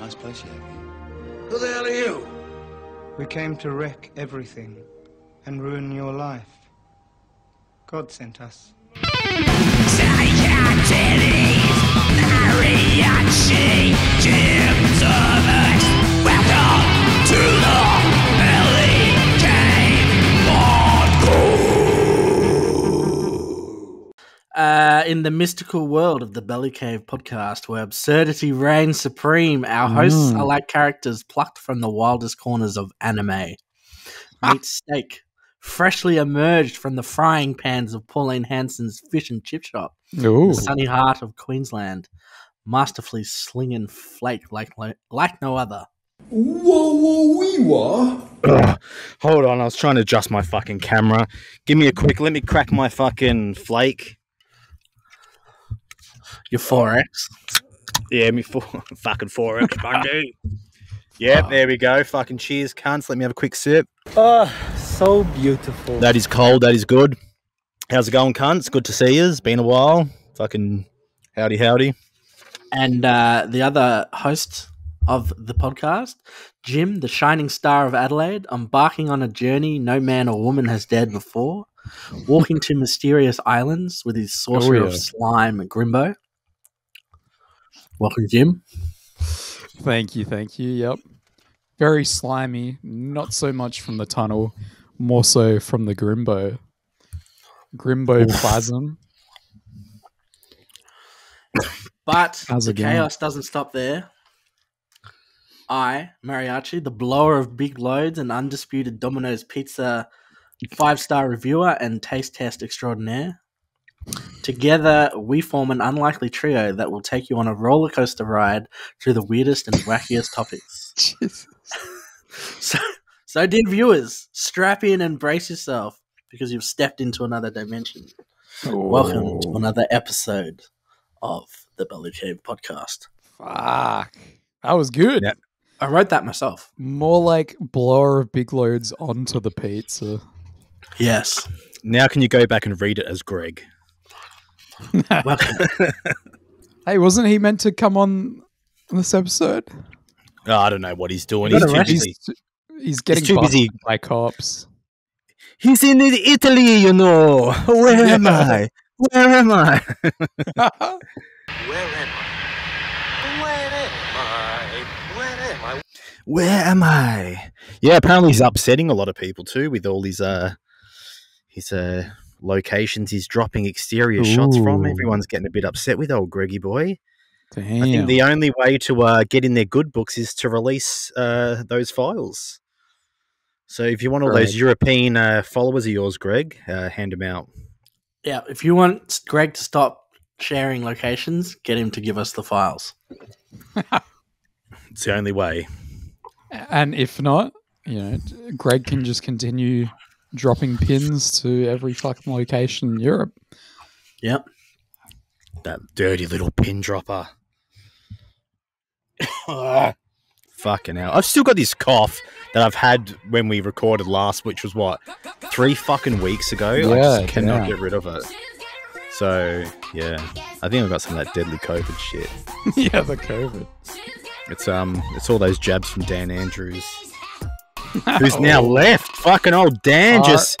Nice place you have here. Who the hell are you? We came to wreck everything and ruin your life. God sent us. Uh, in the mystical world of the Belly Cave podcast, where absurdity reigns supreme, our hosts are like characters plucked from the wildest corners of anime. Meat steak, freshly emerged from the frying pans of Pauline Hanson's fish and chip shop, in Ooh. the sunny heart of Queensland, masterfully sling and flake like like no other. Whoa, whoa, wee, wah. Ugh. Hold on, I was trying to adjust my fucking camera. Give me a quick, let me crack my fucking flake. Your forex. Yeah, me four, fucking four X Bundy. Yep, there we go. Fucking cheers, cunts. Let me have a quick sip. Ah, Oh, so beautiful. That is cold. That is good. How's it going, cunts? Good to see you. It's been a while. Fucking howdy, howdy. and uh, the other host of the podcast, Jim, the shining star of Adelaide, embarking on a journey no man or woman has dared before, walking to mysterious islands with his sorcerer yeah. of slime, Grimbo. Welcome, Jim. Thank you, thank you. Yep. Very slimy, not so much from the tunnel, more so from the Grimbo. Grimbo plasm. But How's the it going? chaos doesn't stop there. I, Mariachi, the blower of big loads and undisputed Domino's Pizza five star reviewer and taste test extraordinaire. Together, we form an unlikely trio that will take you on a roller coaster ride through the weirdest and wackiest topics. Jesus. So, so, dear viewers, strap in and brace yourself because you've stepped into another dimension. Welcome Oh. to another episode of the Belly Cave podcast. Fuck. That was good. Yep. I wrote that myself. More like blower of big loads onto the pizza. Yes. Now can you go back and read it as Greg? Welcome. Hey, wasn't he meant to come on this episode? Oh, I don't know what he's doing. Got He's too arrested. busy. He's, he's getting too busted busy. by cops. He's in Italy, you know. Where am I? Where am I? Where am I? Where am I? Where am I? Where am I? Yeah, apparently he's upsetting a lot of people too with all his uh his uh locations he's dropping exterior shots from. Ooh. Everyone's getting a bit upset with old Greggy boy. I Damn. think the only way to uh, get in their good books is to release uh, those files. So if you want all those Right. European uh, followers of yours, Greg, uh, hand them out. yeah, if you want Greg to stop sharing locations, get him to give us the files. It's the only way. And if not, you know, Greg can just continue dropping pins to every fucking location in Europe. Yep. That dirty little pin dropper. Ugh. Fucking hell. I've still got this cough that I've had when we recorded last, which was what? Three fucking weeks ago. I Yeah, just cannot yeah. get rid of it. So, yeah. I think I've got some of that deadly COVID shit. yeah, the COVID. It's um it's all those jabs from Dan Andrews. Who's now left? Fucking old Dan Oh. Uh, just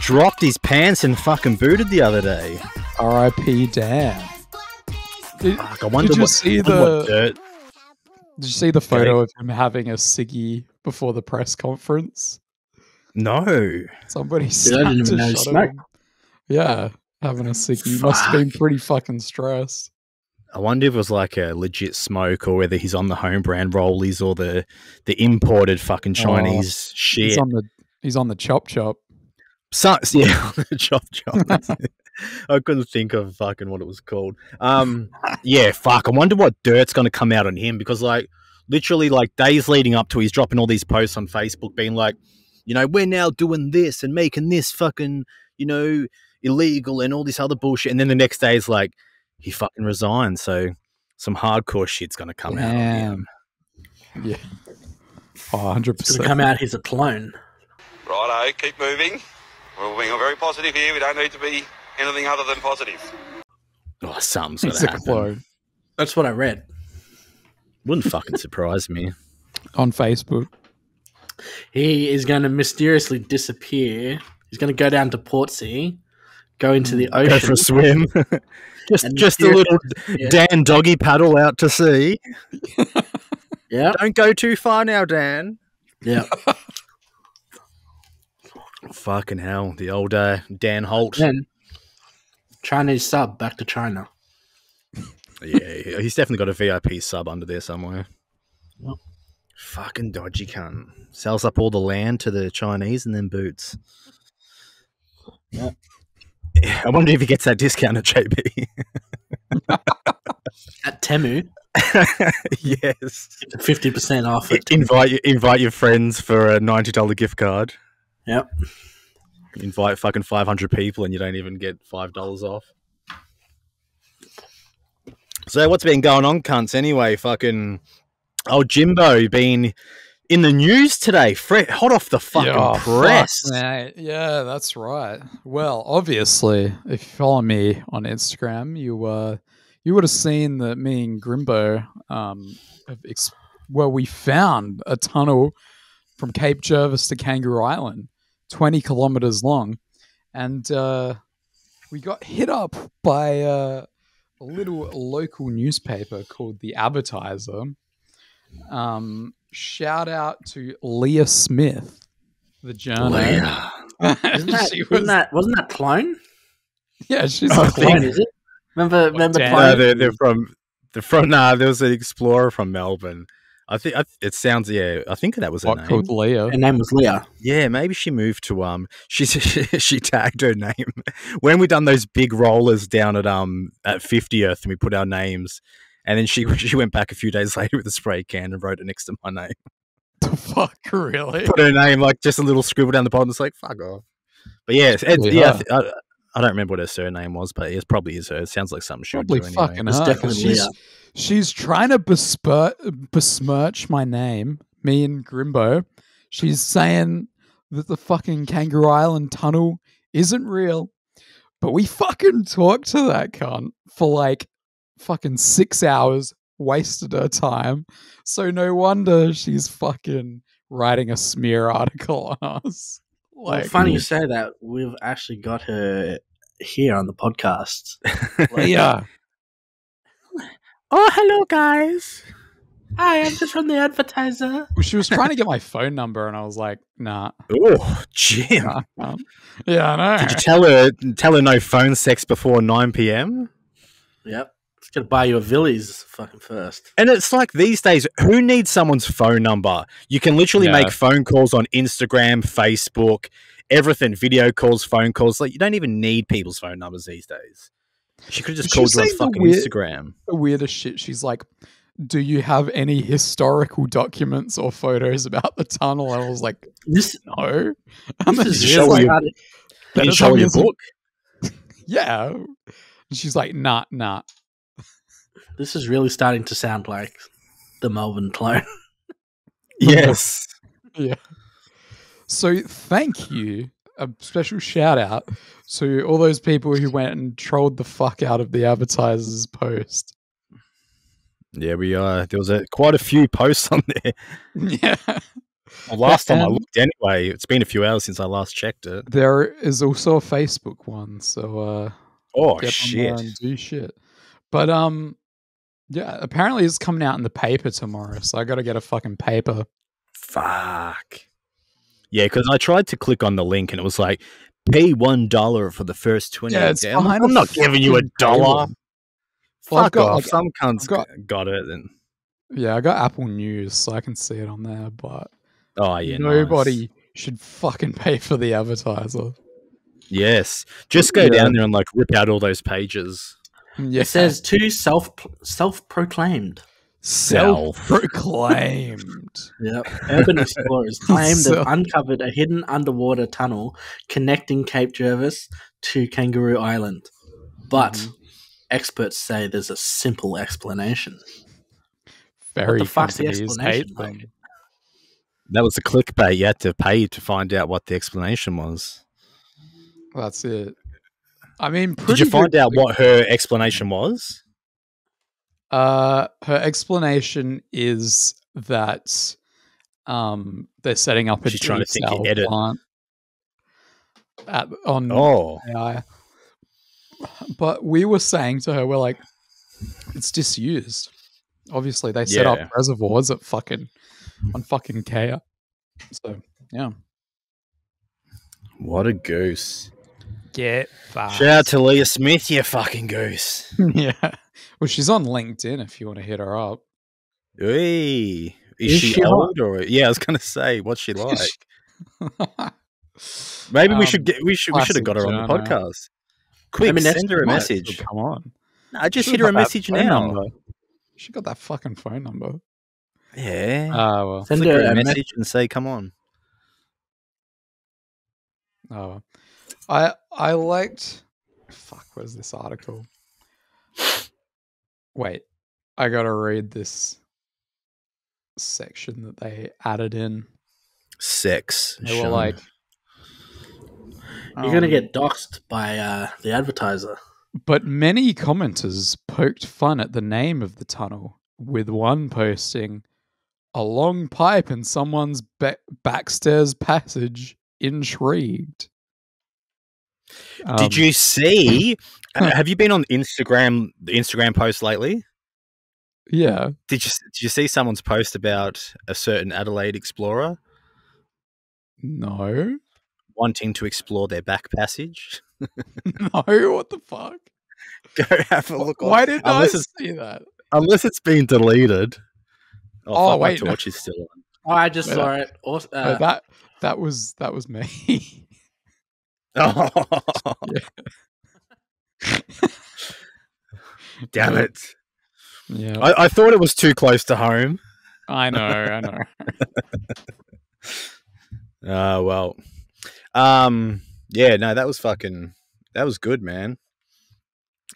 dropped his pants and fucking booted the other day. R.I.P. Dan. Did, Fuck, I wonder you what, see wonder what the- dirt did you see the photo of him having a ciggy before the press conference? No. Somebody I didn't snapped even know a he shot of smoked. him. Yeah, having a ciggy. Must have been pretty fucking stressed. I wonder if it was like a legit smoke or whether he's on the home brand rollies or the the imported fucking Oh, Chinese shit. He's on the he's on the chop chop. So- yeah, chop chop. I couldn't think of fucking what it was called. Um, yeah, fuck. I wonder what dirt's going to come out on him because, like, literally, like days leading up to, he's dropping all these posts on Facebook, being like, you know, we're now doing this and making this fucking, you know, illegal and all this other bullshit. And then the next day is like, he fucking resigned. So some hardcore shit's going to come out. on him. Damn. Yeah. Oh, 100%. It's going to come out he's a clone. Righto, keep moving. We're being very positive here. We don't need to be anything other than positive. Oh, something's going He's a to happen. clone. That's what I read. Wouldn't fucking surprise me. on Facebook. He is going to mysteriously disappear. He's going to go down to Portsea, go into the Mm, Go ocean. for a swim. just And just a mysteriously little disappear. Dan doggy paddle out to sea. Yeah, Don't go too far now, Dan. yeah. Fucking hell, the old uh, Dan Holt. Then Chinese sub back to China. Yeah, he- he's definitely got a VIP sub under there somewhere. Yep. Fucking dodgy cunt. Sells up all the land to the Chinese and then boots. Yep. Yeah, I wonder if he gets that discount at JB. At Temu, yes. fifty percent off. At invite your- invite your friends for a ninety dollar gift card. Yep. Invite fucking five hundred people and you don't even get five dollars off. So what's been going on, cunts? Anyway, fucking old Jimbo been in the news today, fre- hot off the fucking Yeah, fuck, press. mate. Yeah, that's right. Well, obviously, if you follow me on Instagram, you uh, you would have seen that me and Grimbo um, have ex- well, we found a tunnel from Cape Jervis to Kangaroo Island, twenty kilometers long, and uh, we got hit up by uh, a little local newspaper called The Advertiser. Um, shout out to Leah Smith, the journalist. Yeah. Isn't that, she was, wasn't that Oh, wasn't that Clone? yeah, she's I a think- clone. Clone is it? Remember, remember damn. No, Clone? Uh, they're, they're from they're from nah, there was an explorer from Melbourne. I think I, it sounds yeah. I think that was her What, name. called Leah. Her name was Leah. Yeah, maybe she moved to um. She she tagged her name when we done those big rollers down at um at fiftieth, and we put our names, and then she she went back a few days later with a spray can and wrote it next to my name. The fuck, really? Put her name like just a little scribble down the bottom. It's like fuck off. But yeah, it's, it's- probably yeah. I, her. th- I, I don't remember what her surname was, but it probably is her. It sounds like something she Probably would do anyway. fucking It's her. 'cause definitely she's, Leah. she's trying to besmir- besmirch my name, me and Grimbo. She's saying that the fucking Kangaroo Island tunnel isn't real. But we fucking talked to that cunt for like fucking six hours, wasted her time. So no wonder she's fucking writing a smear article on us. Well, Like, funny you say that. We've actually got her here on the podcast. yeah. Oh, hello, guys. Hi, I'm just from the advertiser. Well, she was trying to get my phone number, and I was like, "Nah, Oh, Jim! nah, nah. yeah, I Did you tell her tell her no phone sex before nine p.m.? Yep. It's going to buy you a Villies fucking first. And it's like these days, who needs someone's phone number? You can literally Yeah. make phone calls on Instagram, Facebook, everything, video calls, phone calls. Like you don't even need people's phone numbers these days. She could have just Did you called you on say the fucking weird- Instagram. the weirdest shit." She's like, "Do you have any historical documents or photos about the tunnel?" And I was like, This, "No." this And then is she's show like, you. started- You "That can is show your obviously- book. Yeah, and she's like, "Nah, nah." This is really starting to sound like the Melbourne clone. Yes. So thank you. A special shout out to all those people who went and trolled the fuck out of the advertiser's post. Yeah, we uh there was a quite a few posts on there. Yeah. Well, last time I Um, looked anyway, it's been a few hours since I last checked it. There is also a Facebook one, so uh Oh get on there shit. and do shit. But um yeah, apparently it's coming out in the paper tomorrow, so I gotta get a fucking paper. Fuck. Yeah, because I tried to click on the link and it was like, pay one dollar for the first twenty. Yeah, it's days." I'm, like, behind I'm a not giving you a fucking dollar. paywall. Well, I've Fuck got- off. I've got- Some cunts got- got, got it. And Yeah, I got Apple News, so I can see it on there, but oh yeah, nice. nobody should fucking pay for the advertiser. Yes, just go Yeah. down there and like rip out all those pages. Yeah. It says two self self proclaimed. Self. proclaimed. Yep. Urban explorers claim they've Self- uncovered a hidden underwater tunnel connecting Cape Jervis to Kangaroo Island. But experts say there's a simple explanation. Very fuck's the companies explanation, hate mate? them. That was a clickbait. You had to pay to find out what the explanation was. That's it. I mean, Did pretty you find good- out what her explanation was? Uh, her explanation is that um, they're setting up a She's trying to think desal ahead of- plant at, on Oh, AI. But we were saying to her, we're like, it's disused. Obviously, they set Yeah. up reservoirs at fucking on fucking Kea. So yeah, what a goose! get fast. Shout out to Leah Smith, you fucking goose. yeah. Well, she's on LinkedIn if you want to hit her up. Hey, is, Is she, she old or yeah? I was gonna say, what's she like? Maybe we should Um, get we should we should have classic got her on the genre. podcast. Quick, I mean, that's send her a too much. message. Come on. I just hit Should've her a got that message phone now. number. She got that fucking phone number. Yeah, Ah, well. Send Flick her a message. and say, "Come on." Oh, I I liked. Fuck, was this article? Wait, I gotta read this section that they added in. Sex. They were Sean. like, You're gonna um, get doxxed by uh, the advertiser. But many commenters poked fun at the name of the tunnel, with one posting, "A long pipe in someone's ba- backstairs passage." Intrigued. Um, Did you see? hmm. uh, have you been on Instagram? The Instagram post lately? Yeah. Did you did you see someone's post about a certain Adelaide explorer No. wanting to explore their back passage? No, what the fuck? Go have a look. on- Why did I unless it's, see that? unless it's been deleted. Oh, Oh, fuck, my wait, no. torch is still on. Oh, I just Yeah. saw it. Also, No, uh, that that was that was me. Oh, damn Yeah. it! yeah, I, I thought it was too close to home. I know, I know. Uh well. Um yeah, no, that was fucking that was good, man.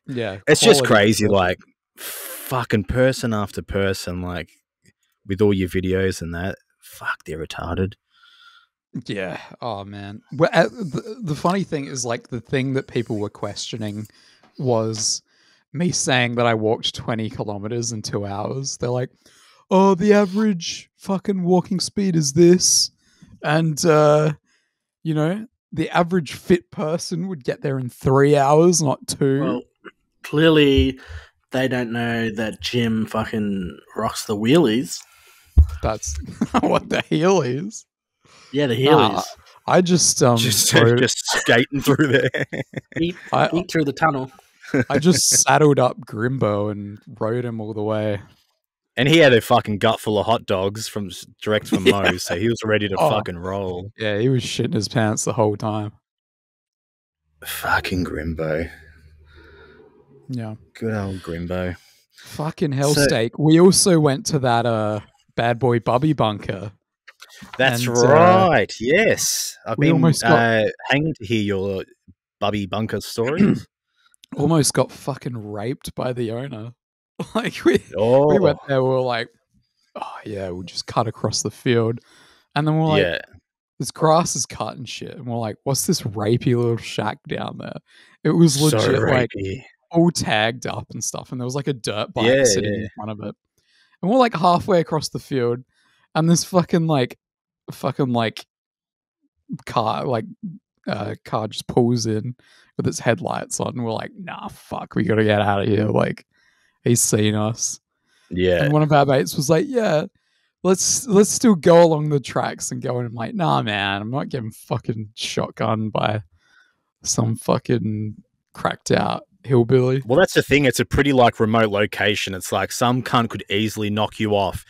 Yeah, It's just quality. crazy like fucking person after person like with all your videos and that. Fuck, they're retarded. Yeah. Oh man. Well, uh, the, the funny thing is, like, the thing that people were questioning was me saying that I walked twenty kilometers in two hours. They're like, "Oh, the average fucking walking speed is this," and uh, you know, the average fit person would get there in three hours, not two. well, clearly they don't know that Jim fucking rocks the wheelies. That's what the heel is. Yeah, the Nah, heelys. I just um just rode- just skating through there. Eat, I, eat through the tunnel. I just saddled up Grimbo and rode him all the way. and he had a fucking gut full of hot dogs from s- direct from Yeah. Moe's, so he was ready to Oh. fucking roll. Yeah, he was shitting his pants the whole time. Fucking Grimbo. Yeah. Good old Grimbo. Fucking hell So- steak. We also went to that uh bad boy Bubby bunker. That's And, uh, right. yes, I've we been almost got- uh, hanging to hear your Bubby Bunker stories. Almost got fucking raped by the owner. Like we oh, we went there, we were like, Oh yeah, we'll just cut across the field. And then we're like, yeah. this grass is cut and shit. And we're like, what's this rapey little shack down there? It was legit like rapey. all tagged up and stuff. And there was like a dirt bike Yeah, sitting in front of it. And we're like halfway across the field. And this fucking like, fucking like car, like, uh, car just pulls in with its headlights on. And we're like, nah, fuck, we gotta get out of here. Like, he's seen us. yeah, And one of our mates was like, "Yeah, let's let's still go along the tracks and go." And I'm like, "Nah, man, I'm not getting fucking shotgunned by some fucking cracked out hillbilly." Well, that's the thing. It's a pretty like remote location. It's like some cunt could easily knock you off,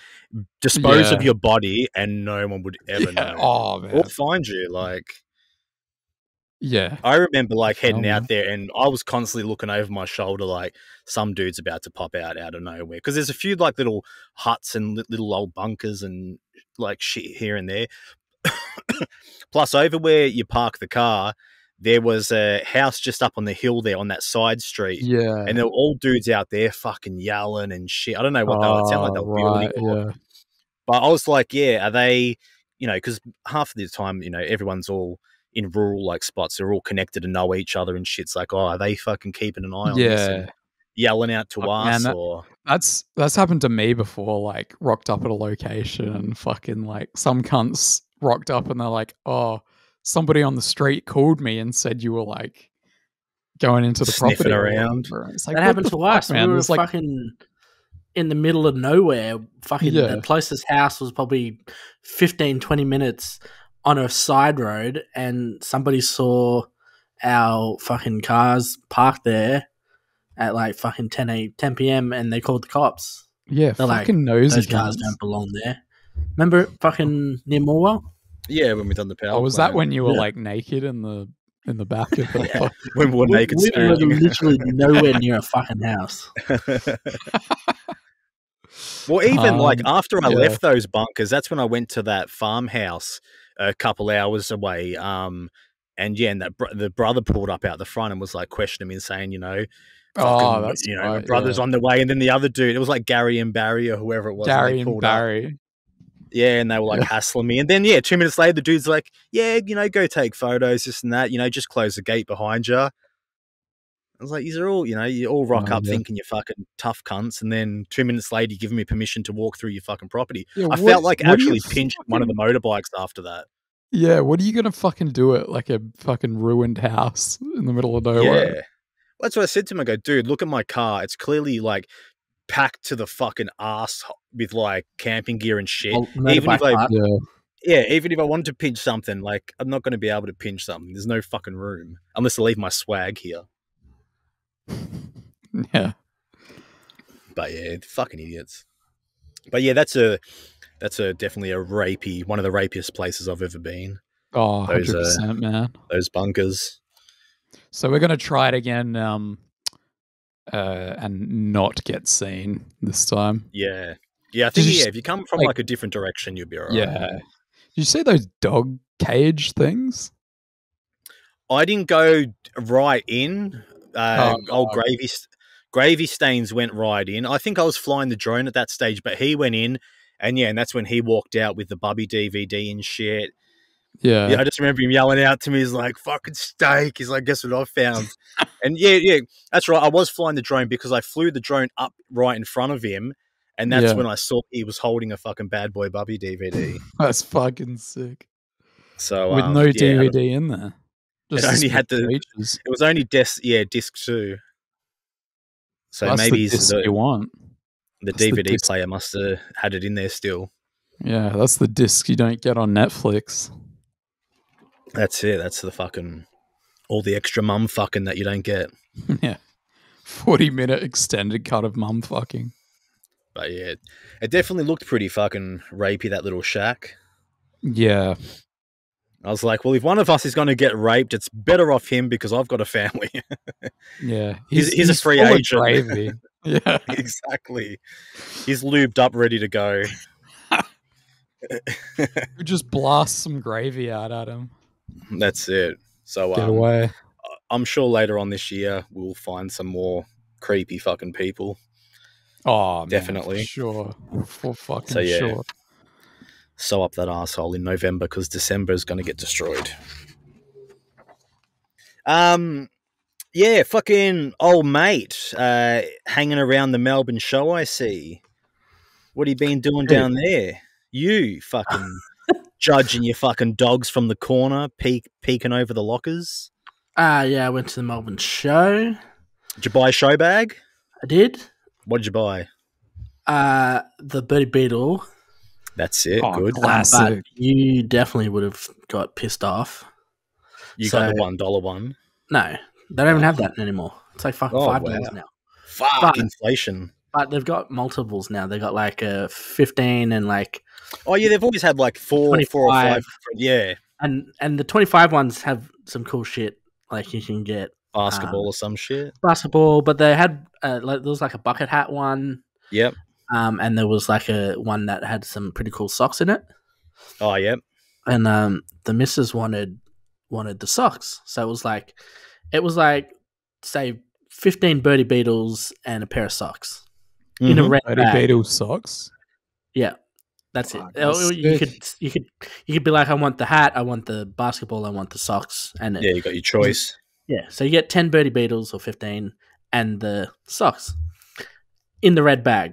dispose of Yeah. your body, and no one would ever Yeah. know Oh man, or find you. Like yeah, I remember, like heading Hell, out there, and I was constantly looking over my shoulder, like some dude's about to pop out out of nowhere. Because there's a few like little huts and li- little old bunkers and like shit here and there. Plus, over where you park the car, there was a house just up on the hill there on that side street yeah. and they were all dudes out there fucking yelling and shit. I don't know what they were. It sounded like they Oh, were right, building. or- But I was like, yeah, are they, you know, because half of the time, you know, everyone's all in rural like spots. They're all connected and know each other and shit's like, oh, are they fucking keeping an eye yeah, on this? yeah. And yelling out to Fuck, us man, that- or That's that's happened to me before. Like rocked up at a location and fucking like some cunts rocked up and they're like, "Oh, somebody on the street called me and said you were like going into the Sniffing property or around. whatever." It's like, That what happened the to fuck, us. we were It's like, fucking in the middle of nowhere. Fucking Yeah. the closest house was probably 15, 20 minutes on a side road, and somebody saw our fucking cars parked there at like fucking 10, 8, 10 p.m. and they called the cops. yeah, they're like, fucking nosy Those cars cunts. don't belong there. Remember fucking near Morwell? yeah, when we done the power. Oh, was that plant. when you were Yeah. like naked in the in the back of the Yeah. fuck- when we were We- naked we were standing? literally nowhere near a fucking house. well, even like Um, after I yeah. left those bunkers, that's when I went to that farmhouse a couple hours away. Um, and yeah, and that br- the brother pulled up out the front and was like questioning me and saying, you know, Oh, fucking, that's you know, my right, brother's on the way, and then the other dude, it was like Gary and Barry or whoever it was. and they Gary and pulled up. Barry. Yeah, and they were like hassling me. And then yeah, two minutes later, the dude's like, "Yeah, you know, go take photos, this and that. You know, just close the gate behind you." I was like, "These are all, you know, you all rock Oh, up yeah. thinking you're fucking tough cunts, and then two minutes later, you giving me permission to walk through your fucking property." Yeah, I what- felt like what are you actually pinched one of the fucking- motorbikes after that. Yeah, what are you gonna fucking do at like a fucking ruined house in the middle of Yeah, nowhere? that's what I said to him. I go, "Dude, look at my car. It's clearly like packed to the fucking ass with like camping gear and shit." Well, motorbike I- park. Yeah. Yeah, even if I wanted to pinch something, like I'm not going to be able to pinch something. There's no fucking room unless I leave my swag here. Yeah. But yeah, fucking idiots. But yeah, that's a that's a definitely a rapey one of the rapiest places I've ever been. Oh, Those, uh, 100 percent, man. Those bunkers. So we're gonna try it again, um uh and not get seen this time. Yeah, yeah. I Did think you yeah, s- if you come from like- like, a different direction, you'll be alright. Yeah. Did you see those dog cage things? I didn't go right in. Uh, Oh, old God. gravy, St- gravy stains went right in. I think I was flying the drone at that stage, but he went in, and yeah, and that's when he walked out with the Bubby DVD and shit. Yeah. Yeah, I just remember him yelling out to me. He's like, "Fucking steak!" He's like, "Guess what I found?" and yeah, yeah, that's right. I was flying the drone because I flew the drone up right in front of him, and that's Yeah. when I saw he was holding a fucking Bad Boy Bubby DVD. That's fucking sick. So With um, no yeah, DVD in there. It the only had split the- features. It was only disc, yeah, disc two. So That's maybe the disc the, you want. the that's the DVD disc. player must have had it in there still. Yeah, that's the disc you don't get on Netflix. That's it. That's the fucking all the extra mum fucking that you don't get. yeah. 40 minute extended cut of mum fucking. But yeah, it definitely looked pretty fucking rapey that little shack. Yeah. I was like, well, if one of us is going to get raped, it's better off him because I've got a family. Yeah. He's- he's a free full of agent. gravy. yeah. exactly. He's lubed up, ready to go. You just blast some gravy out at him. That's it. So Get um, away. I'm sure later on this year we'll find some more creepy fucking people. Oh, man, for definitely. sure. For fucking So, yeah. sure. Sew up that asshole in November because December is going to get destroyed. Um, yeah, fucking old mate, uh, hanging around the Melbourne show. I see. What he been doing Who? down there? You fucking judging your fucking dogs from the corner, peek peeking over the lockers. Ah, yeah, I went to the Melbourne show. Did you buy a show bag? I did. What did you buy? Uh, the Birdie Beetle. That's it. Oh, good. glad- Classic. But you definitely would have got pissed off. You So- got the one dollar one. No, they don't even have that anymore. It's like fucking Oh, five wow. dollars now. Fuck But- inflation. But they've got multiples now. They got like a fifteen and like Oh yeah, they've always had like four, four or 25. five. Yeah, and and the twenty five ones have some cool shit. Like you can get basketball or some shit. basketball, but they had uh, like there was like a bucket hat one, Yep. um, and there was like a one that had some pretty cool socks in it. Oh yep. and um the missus wanted wanted the socks so it was like it was like say 15 birdie beetles and a pair of socks in a Mhm. red Lady bag. Beetle socks. yeah that's it Fuck, Oh, that's you sick. could you could you could be like i want the hat i want the basketball i want the socks and it, Yeah, you got your choice. yeah so you get 10 birdie beetles or 15 and the socks in the red bag.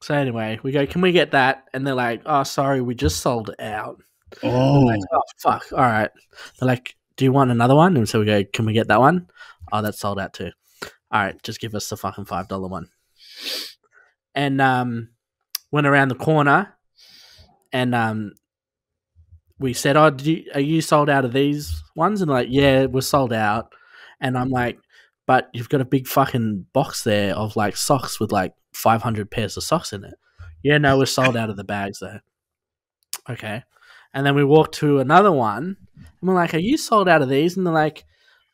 So anyway, we go, can we get that? And they're like, oh, sorry, we just sold it out. Oh, Mm. Like, oh, fuck. All right. They're like, do you want another one? And so we go, can we get that one? Oh, that's sold out too. All right, just give us the fucking $5 one. And um, went around the corner and um, we said, oh, did you, are you sold out of these ones? And like, yeah, we're sold out. And I'm like, but you've got a big fucking box there of like socks with like 500 pairs of socks in it. Yeah, no, we're sold out of the bags though. Okay. And then we walk to another one and we're like, Are you sold out of these? And they're like,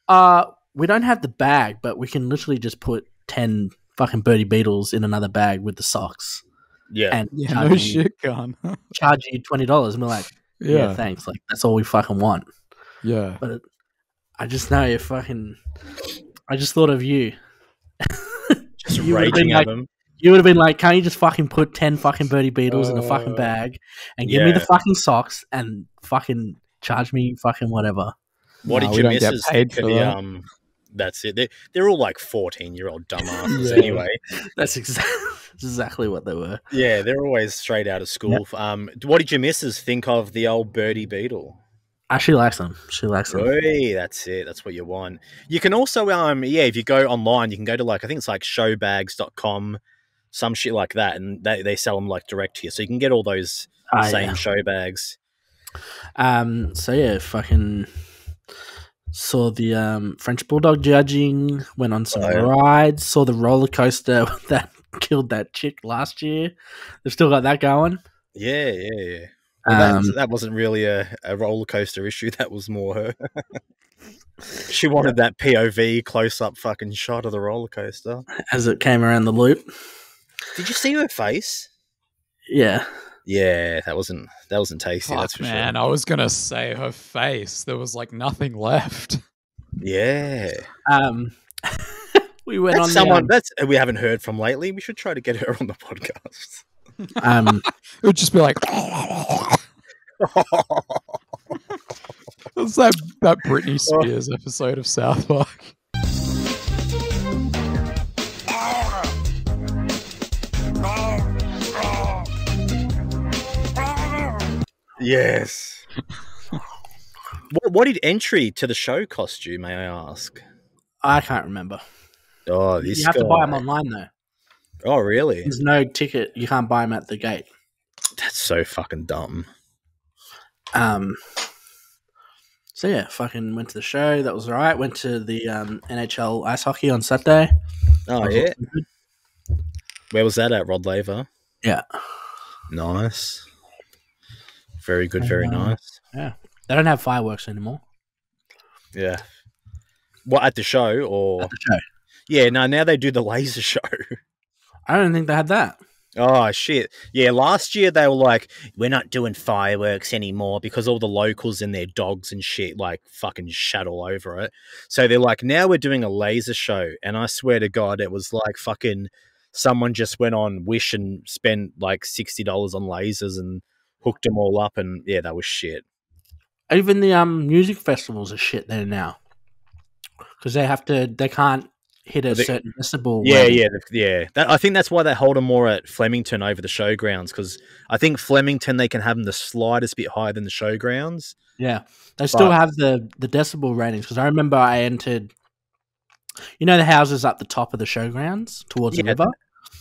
Uh, we don't have the bag, but we can literally just put 10 fucking Birdie Beetles in another bag with the socks yeah. and Yeah, charge, no you, shit gun. yeah. charge you $20. And we're like, yeah. yeah, thanks. Like, that's all we fucking want. But it, I just know you fucking. I just thought of you. just you would've raging been at like- them. You would have been like, can't you just fucking put 10 fucking Birdie Beetles in a fucking Uh, bag and give me the yeah. fucking socks and fucking charge me fucking whatever? What did Nah, we you don't get missus paid think of for the, that. um? That's it. They, they're all like fourteen-year-old dumbasses Yeah. anyway. That's exactly exactly what they were. Yeah, they're always straight out of school. Um, what did your missus think of the old birdie beetle? Ah, she likes them. She likes them. Oi, that's it. That's what you want. You can also, um, yeah, if you go online, you can go to like I think it's like showbags.com, some shit like that, and they, they sell them like direct to you, so you can get all those Ah, same yeah. show bags. Um. So yeah, fucking saw the um, French bulldog judging. Went on some Oh, yeah. rides. Saw the roller coaster that killed that chick last year. They've still got that going. Yeah, yeah, yeah. Well, Um, that's- that, wasn't really a, a roller coaster issue. That was more her. she wanted that POV close up fucking shot of the roller coaster. as it came around the loop. Did you see her face? Yeah. Yeah, that wasn't that wasn't tasty. that's Fuck, for man, I was gonna say her face. There was like nothing left. sure. Yeah, Um. we went that's on someone The, um that's uh, we haven't heard from lately. We should try to get her on the podcast. um, um, It would just be like It's that that Britney Spears episode of South Park. yes. what, what did entry to the show cost you? May I ask? I can't remember. Oh, this you have to buy them guy. online though. Oh, really? There's no ticket. You can't buy them at the gate. That's so fucking dumb. Um, so yeah, fucking went to the show. That was all right. Went to the um, NHL ice hockey on Saturday. Oh yeah. Where was that at? Rod Laver. Yeah. Nice. Very good. Very Uh, nice. They don't have fireworks anymore. Yeah. What at the show or? At the show. Yeah. No. Now they do the laser show. I don't think they had that. Oh shit! Yeah, last year they were like, "We're not doing fireworks anymore" because all the locals and their dogs and shit like fucking shat all over it. So they're like, "Now we're doing a laser show," and I swear to God, it was like fucking someone just went on Wish and spent like sixty dollars on lasers and hooked them all up, and yeah, that was shit. Even the um music festivals are shit there now because they have to. They can't hit a They- certain decibel. Yeah, level. yeah, th- yeah. That, I think that's why they hold them more at Flemington over the showgrounds because I think Flemington they can have them the slightest bit higher than the showgrounds. yeah. They still But- have the the decibel ratings because I remember I entered. You know the houses up the top of the showgrounds towards Yeah, the river.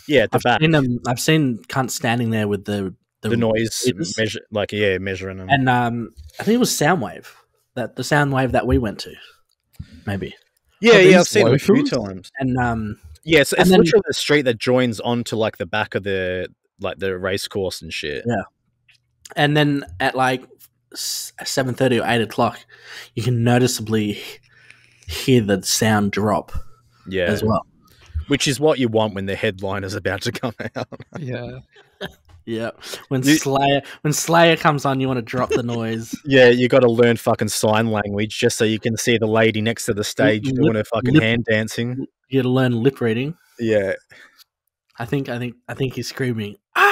Yeah, at the I've back. seen them. I've seen cunts standing there with the the noise meters. measure, like yeah, measuring them. and um, I think it was Soundwave that the Soundwave that we went to, maybe. yeah, Are yeah, these I've seen them a few locals? times. And um, Yeah, so And it's then- literally the street that joins onto like the back of the like the race course and shit. Yeah. and then at like seven thirty or eight o'clock, you can noticeably hear the sound drop Yeah, as well. which is what you want when the headline is about to come out. Yeah. Yeah, when You- Slayer when Slayer comes on, you want to drop the noise. yeah, you got to learn fucking sign language just so you can see the lady next to the stage lip- doing her fucking lip- hand dancing. You got to learn lip reading. Yeah, I think I think I think he's screaming. Ah!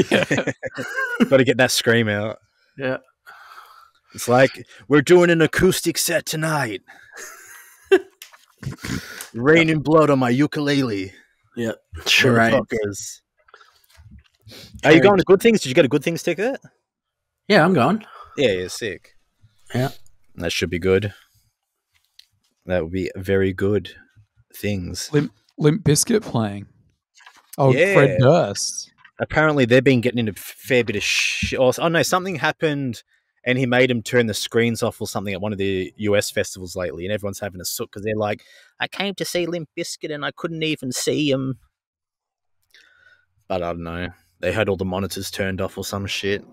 Got to get that scream out. Yeah. It's like we're doing an acoustic set tonight. Rain and blood on my ukulele. Charades. Motherfuckers. Are you going to good things? Did you get a good things ticket? Yeah, I'm going. Yeah, yeah, sick. Yeah. That should be good. That would be very good things. Limp Biscuit playing. Oh, Yeah. Fred Durst. Apparently, they've been getting into a fair bit of shit. Or, oh, no, something happened and he made him turn the screens off or something at one of the US festivals lately. And everyone's having a soot because they're like, I came to see Limp Biscuit and I couldn't even see him. But I don't know. They had all the monitors turned off or some shit.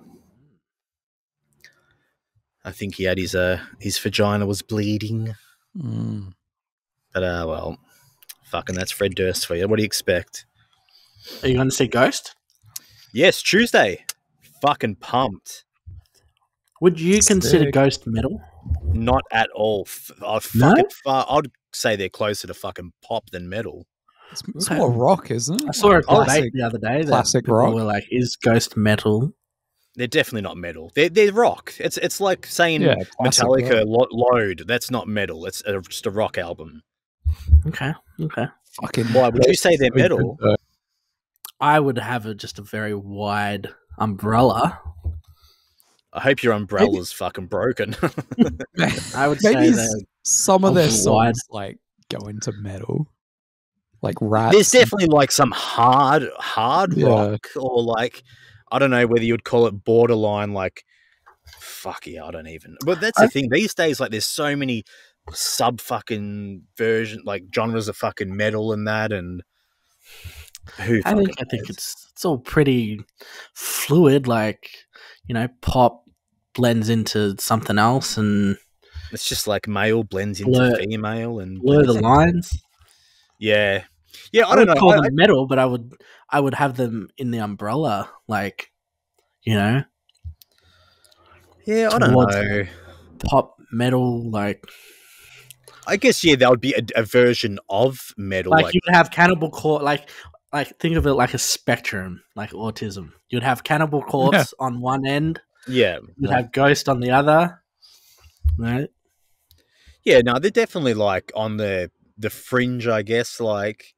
I think he had his uh his vagina was bleeding. Mm. But uh, well, fucking that's Fred Durst for you. What do you expect? Are you going to see Ghost? Yes, Tuesday. Fucking pumped. Would you consider Sick. Ghost metal? Not at all. F- I No? fucking far. I'd say they're closer to fucking pop than metal. It's, it's Okay. more rock, isn't it? I saw a Oh, Classic. debate the other day that classic people rock. were like, "Is Ghost metal?" They're definitely not metal. They're, they're rock. It's it's like saying Yeah, classic Metallica rock. lo- Load. That's not metal. It's a, just a rock album. Okay, okay. Fucking Why would you say they're Fred metal? Durst. I would have a, just a very wide umbrella. I hope your umbrella's fucking broken. I would Maybe say s- that some of their ultra wide. songs like go into metal, like rats. There's and- definitely like some hard, hard Yeah. rock, or like I don't know whether you'd call it borderline. Like, fuck yeah, I don't even. But that's the thing these days. Like, there's so many sub fucking version, like genres of fucking metal and that, and who I fucking think I think knows? it's it's all pretty fluid. Like you know, pop blends into something else and it's just like male blends into Blur- female and blur the blends into- lines. Yeah, yeah. I, I, don't would know. call I- them metal, but I would I would have them in the umbrella, like you know, yeah, I don't towards- know. pop metal, like I guess yeah, that would be a, a version of metal. like like you'd have Cannibal Corpse, like like think of it like a spectrum, like autism. You'd have Cannibal Corpse on one end, yeah, you'd have Ghost on the other. Right? Yeah, no, they're definitely like on the the fringe, I guess. Like,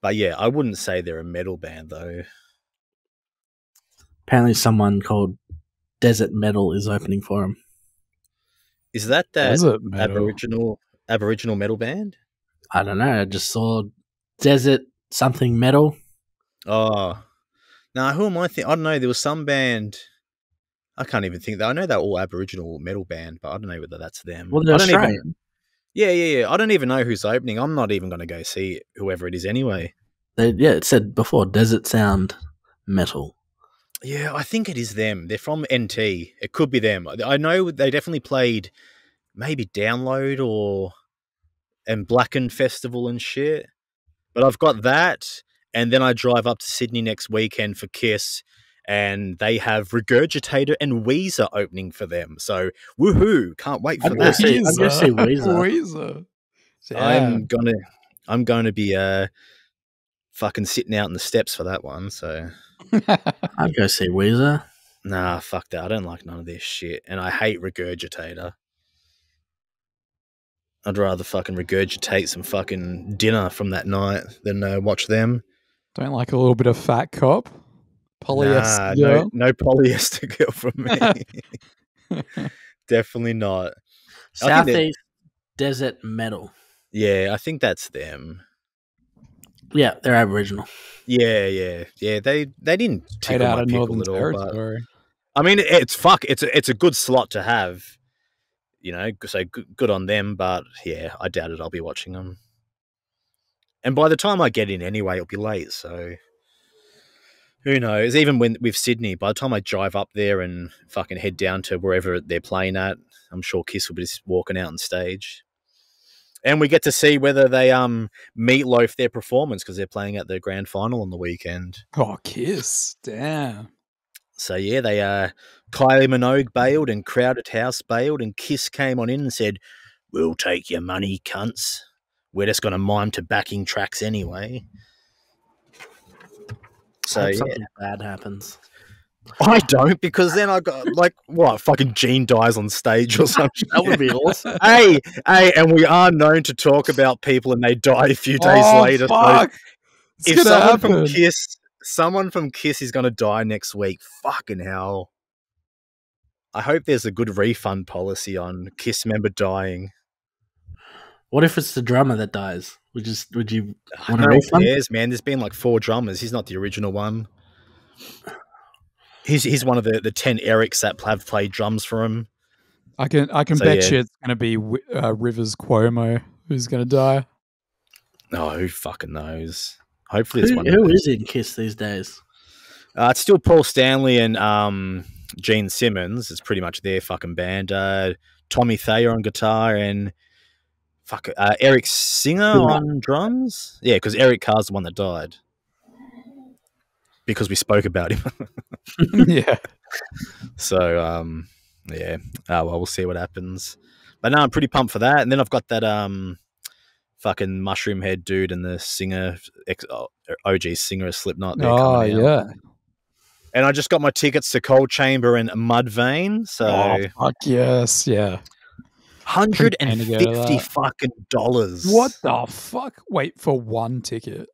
but yeah, I wouldn't say they're a metal band though. Apparently, someone called Desert Metal is opening for him. Is that that Is it metal? Aboriginal Aboriginal metal band? I don't know. I just saw Desert something metal. Oh, now who am I? Think I don't know. There was some band. I can't even think. I know they're all Aboriginal metal band, but I don't know whether that's them. Well, they're I don't even- Australian. yeah, yeah, yeah. I don't even know who's opening. I'm not even going to go see whoever it is anyway. They, yeah, it said before Desert Sound Metal. Yeah, I think it is them. They're from NT. It could be them. I- I know they definitely played maybe Download or and Blackened Festival and shit. But I've got that, and then I drive up to Sydney next weekend for Kiss, and they have Regurgitator and Weezer opening for them. So woohoo! Can't wait for I'd go that. see, I'd go see Weezer. Weezer. I'm gonna, I'm going to be uh, fucking sitting out in the steps for that one. So. I'd go see Weezer. Nah, fuck that. I don't like none of this shit. And I hate regurgitator. I'd rather fucking regurgitate some fucking dinner from that night than uh, watch them. Don't like a little bit of fat cop. Polyester. Nah, no, no polyester girl from me. Definitely not. I think that- Southeast Desert Metal. Yeah, I think that's them. Yeah, they're Aboriginal. Yeah, yeah, yeah. They they didn't Straight tickle out my of pickle Northern at all. But Territory. I mean, it's fuck. It's a, it's a good slot to have. You know, g- so g- good on them. But yeah, I doubt it. I'll be watching them. And by the time I get in anyway, it'll be late. So who knows? Even when with Sydney, by the time I drive up there and fucking head down to wherever they're playing at, I'm sure Kiss will be just walking out on stage. And we get to see whether they um meatloaf their performance because they're playing at the grand final on the weekend. Oh, Kiss. Damn. So yeah, they uh Kylie Minogue bailed and Crowded House bailed and Kiss came on in and said, We'll take your money, cunts. We're just gonna mime to backing tracks anyway. So hope yeah. something bad happens. I don't because then I got like what fucking Gene dies on stage or something. That would be awesome. hey, hey, and we are known to talk about people and they die a few days Oh, later. so Fuck. It's if gonna someone from happen. Kiss, someone from Kiss is going to die next week. Fucking hell! I hope there's a good refund policy on Kiss member dying. What if it's the drummer that dies? Would just would you I want a don't know who refund? cares, man. There's been like four drummers. He's not the original one. He's he's one of the, the ten Erics that have played drums for him. I can I can So, bet yeah. you it's gonna be Wi- uh, Rivers Cuomo who's gonna die. No, Oh, who fucking knows? Hopefully, there's Who, one. of who them. is in Kiss these days? Uh, it's still Paul Stanley and um, Gene Simmons. It's pretty much their fucking band. Uh, Tommy Thayer on guitar and fuck uh, Eric Singer on drums. Yeah, because Eric Carr's the one that died because we spoke about him. yeah. so um, yeah, uh, well we'll see what happens. But no, I'm pretty pumped for that. And then I've got that um, fucking mushroom head dude and the singer, ex, OG singer of Slipknot. they're Oh coming out. yeah. And I just got my tickets to Cold Chamber and Mudvayne. So Oh fuck yes, yeah. hundred and Couldn't go to fifty that. fucking dollars. What the fuck? Wait for one ticket.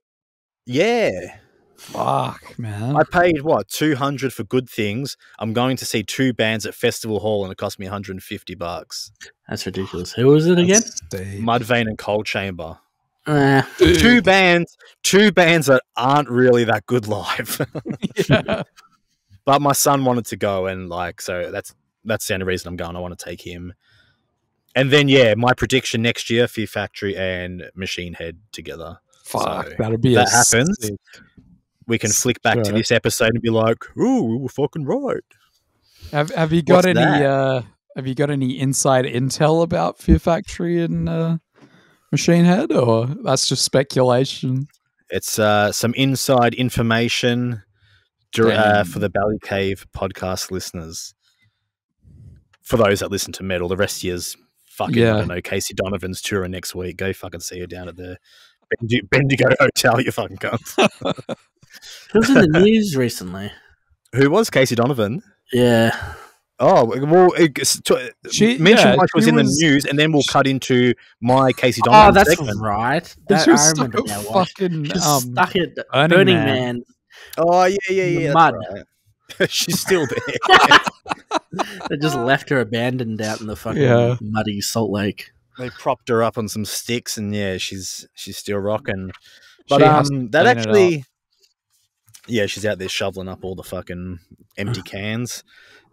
Yeah, Fuck, man. I paid what two hundred for good things. I'm going to see two bands at Festival Hall, and it cost me one hundred and fifty bucks. That's ridiculous. Who was it again? That's deep. Mudvayne and Cold Chamber, Eh, two bands, two bands that aren't really that good live. Yeah. but my son wanted to go, and like, so that's that's the only reason I'm going. I want to take him. And then, yeah, my prediction next year: Fear Factory and Machine Head together. Fuck, So, that'd be that a happens. sick- we can flick back to Sure. this episode and be like, "Ooh, we were fucking right." Have Have you What's got any? that? Uh, have you got any inside intel about Fear Factory and uh, Machine Head, or that's just speculation? It's uh, some inside information dir- uh, Damn. for the Bally Cave podcast listeners. For those that listen to metal, the rest of year's fucking Yeah. I don't know. Casey Donovan's touring next week. Go fucking see her down at the Bendigo, Bendigo Hotel. You fucking cunt. who was in the news recently? Who was Casey Donovan? Yeah, Oh well, it, it's- to, She- mention yeah, why she was she in was- the news, and then we'll cut into my Casey Oh, Donovan. that's segment. right. That, That- she was I stuck remember at now. why. fucking She was um, stuck at Burning Burning, Man. Man. Oh yeah, yeah, in the yeah. mud. that's right. She's still there. They just left her abandoned out in the fucking Yeah. muddy Salt Lake. they propped her up on some sticks, and yeah, she's she's still rocking. she But has um, to that clean it up. actually, yeah, she's out there shoveling up all the fucking empty cans.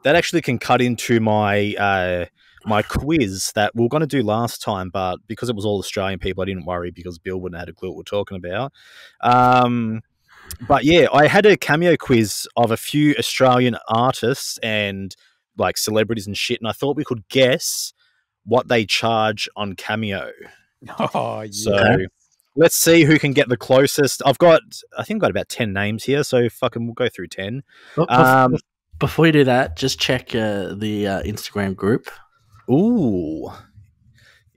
That actually can cut into my uh my quiz that we were going to do last time, but because it was all Australian people, I didn't worry because Bill wouldn't have had a clue what we're talking about. Um, but yeah, I had a cameo quiz of a few Australian artists and like celebrities and shit, and I thought we could guess what they charge on Cameo. Oh yeah. So let's see who can get the closest. I've got, I think, I've got about ten names here, so fucking we'll go through ten. But bef- Um, Before you do that, just check uh, the uh, Instagram group. Ooh,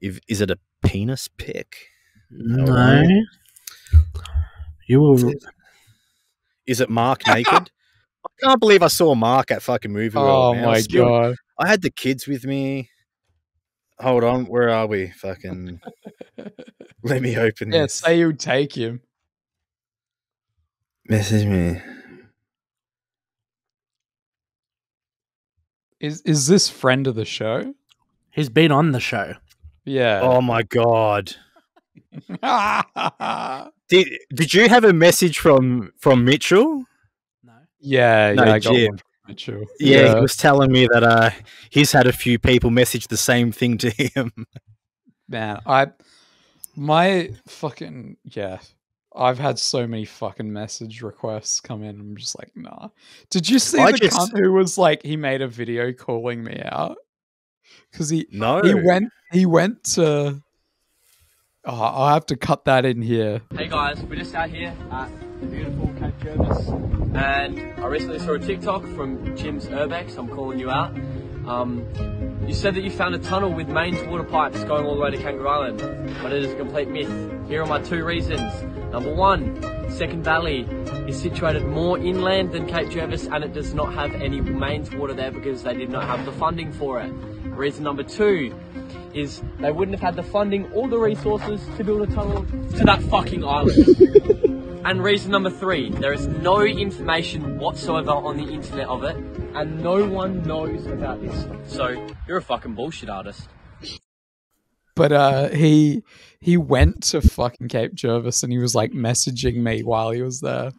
if, is it a penis pick? No, you will. Is it Mark naked? I can't believe I saw Mark at fucking movie oh world. man. I was my spewing- god. I had the kids with me. Hold on, where are we? Fucking, let me open Yeah, this. say you take him. Message me. Is is this friend of the show? He's been on the show. Yeah. Oh my god. yeah, Did, did you have a message from from Mitchell? No, yeah, No, I got Jim. one from Mitchell. Yeah, he was telling me that uh, he's had a few people message the same thing to him. man, I my fucking yeah. I've had so many fucking message requests come in. I'm just like, nah. Did you see I the just- cunt who was like, he made a video calling me out because he No, he went he went to. Oh, I'll have to cut that in here. Hey guys, we're just out here at the beautiful Cape Jervis, and I recently saw a TikTok from Jim's Urbex. I'm calling you out. Um, you said that you found a tunnel with mains water pipes going all the way to Kangaroo Island, but it is a complete myth. Here are my two reasons. Number one, Second Valley is situated more inland than Cape Jervis and it does not have any mains water there because they did not have the funding for it. Reason number two is they wouldn't have had the funding or the resources to build a tunnel to that fucking island. And reason number three, there is no information whatsoever on the internet of it, and no one knows about this. So you're a fucking bullshit artist. But uh, he he went to fucking Cape Jervis and he was like messaging me while he was there,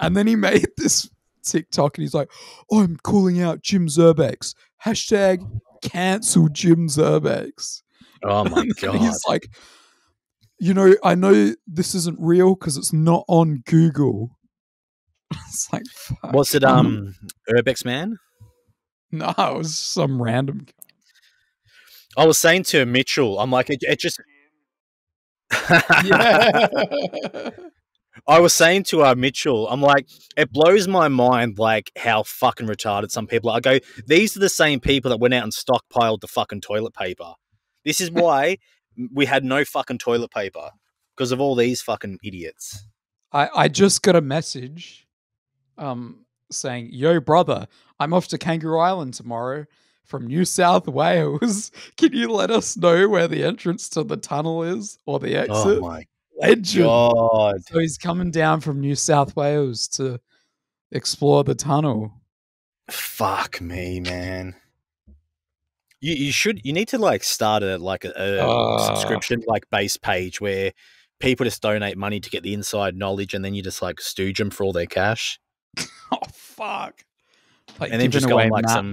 and then he made this TikTok and he's like, oh, "I'm calling out Jim Zerbex hashtag cancel Jim Zerbex." Oh my And god! he's like, "You know, I know this isn't real because it's not on Google." it's like, fuck. What's it? Um, Urbex man. No, it was some random. I was saying to Mitchell, I'm like, it, it just. I was saying to uh, Mitchell, I'm like, it blows my mind, like how fucking retarded some people are. I go, these are the same people that went out and stockpiled the fucking toilet paper. This is why we had no fucking toilet paper because of all these fucking idiots. I, I just got a message um, saying, Yo, brother, I'm off to Kangaroo Island tomorrow from New South Wales. Can you let us know where the entrance to the tunnel is or the exit? Oh my Legend. god! So he's coming down from New South Wales to explore the tunnel. Fuck me, man. You you should you need to like start a like a, a Ah. subscription like base page where people just donate money to get the inside knowledge, and then you just like stooge them for all their cash. Oh, fuck. Like And then giving just go on, like, some-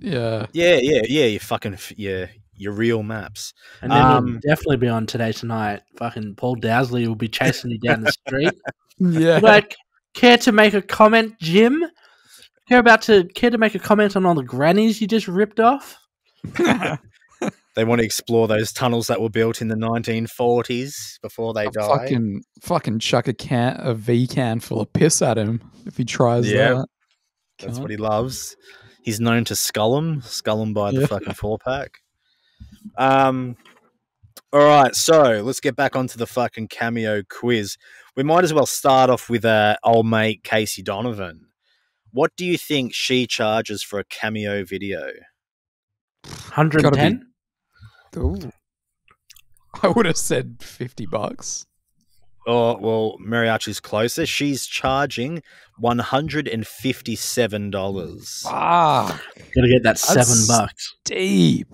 Yeah. Yeah, yeah, yeah. You fucking f- yeah, your real maps. And then Um, it'll definitely be on today tonight. Fucking Paul Dowsley will be chasing you down the street. Yeah. like, care to make a comment, Jim? Care about to care to make a comment on all the grannies you just ripped off? They want to explore those tunnels that were built in the 1940s before they I'll died. Fucking, fucking chuck a can, a V can full of piss at him if he tries Yeah. that. That's cunt. what he loves. He's known to skull him, skull him by the Yeah. fucking four pack. Um, all right, so let's get back onto the fucking cameo quiz. We might as well start off with uh, old mate Casey Donovan. What do you think she charges for a cameo video? Hundred and ten. Ooh. I would have said 50 bucks. Oh well, Mariachi's closer. She's charging one hundred and fifty-seven dollars. Ah, Gotta get that seven That's- bucks. deep.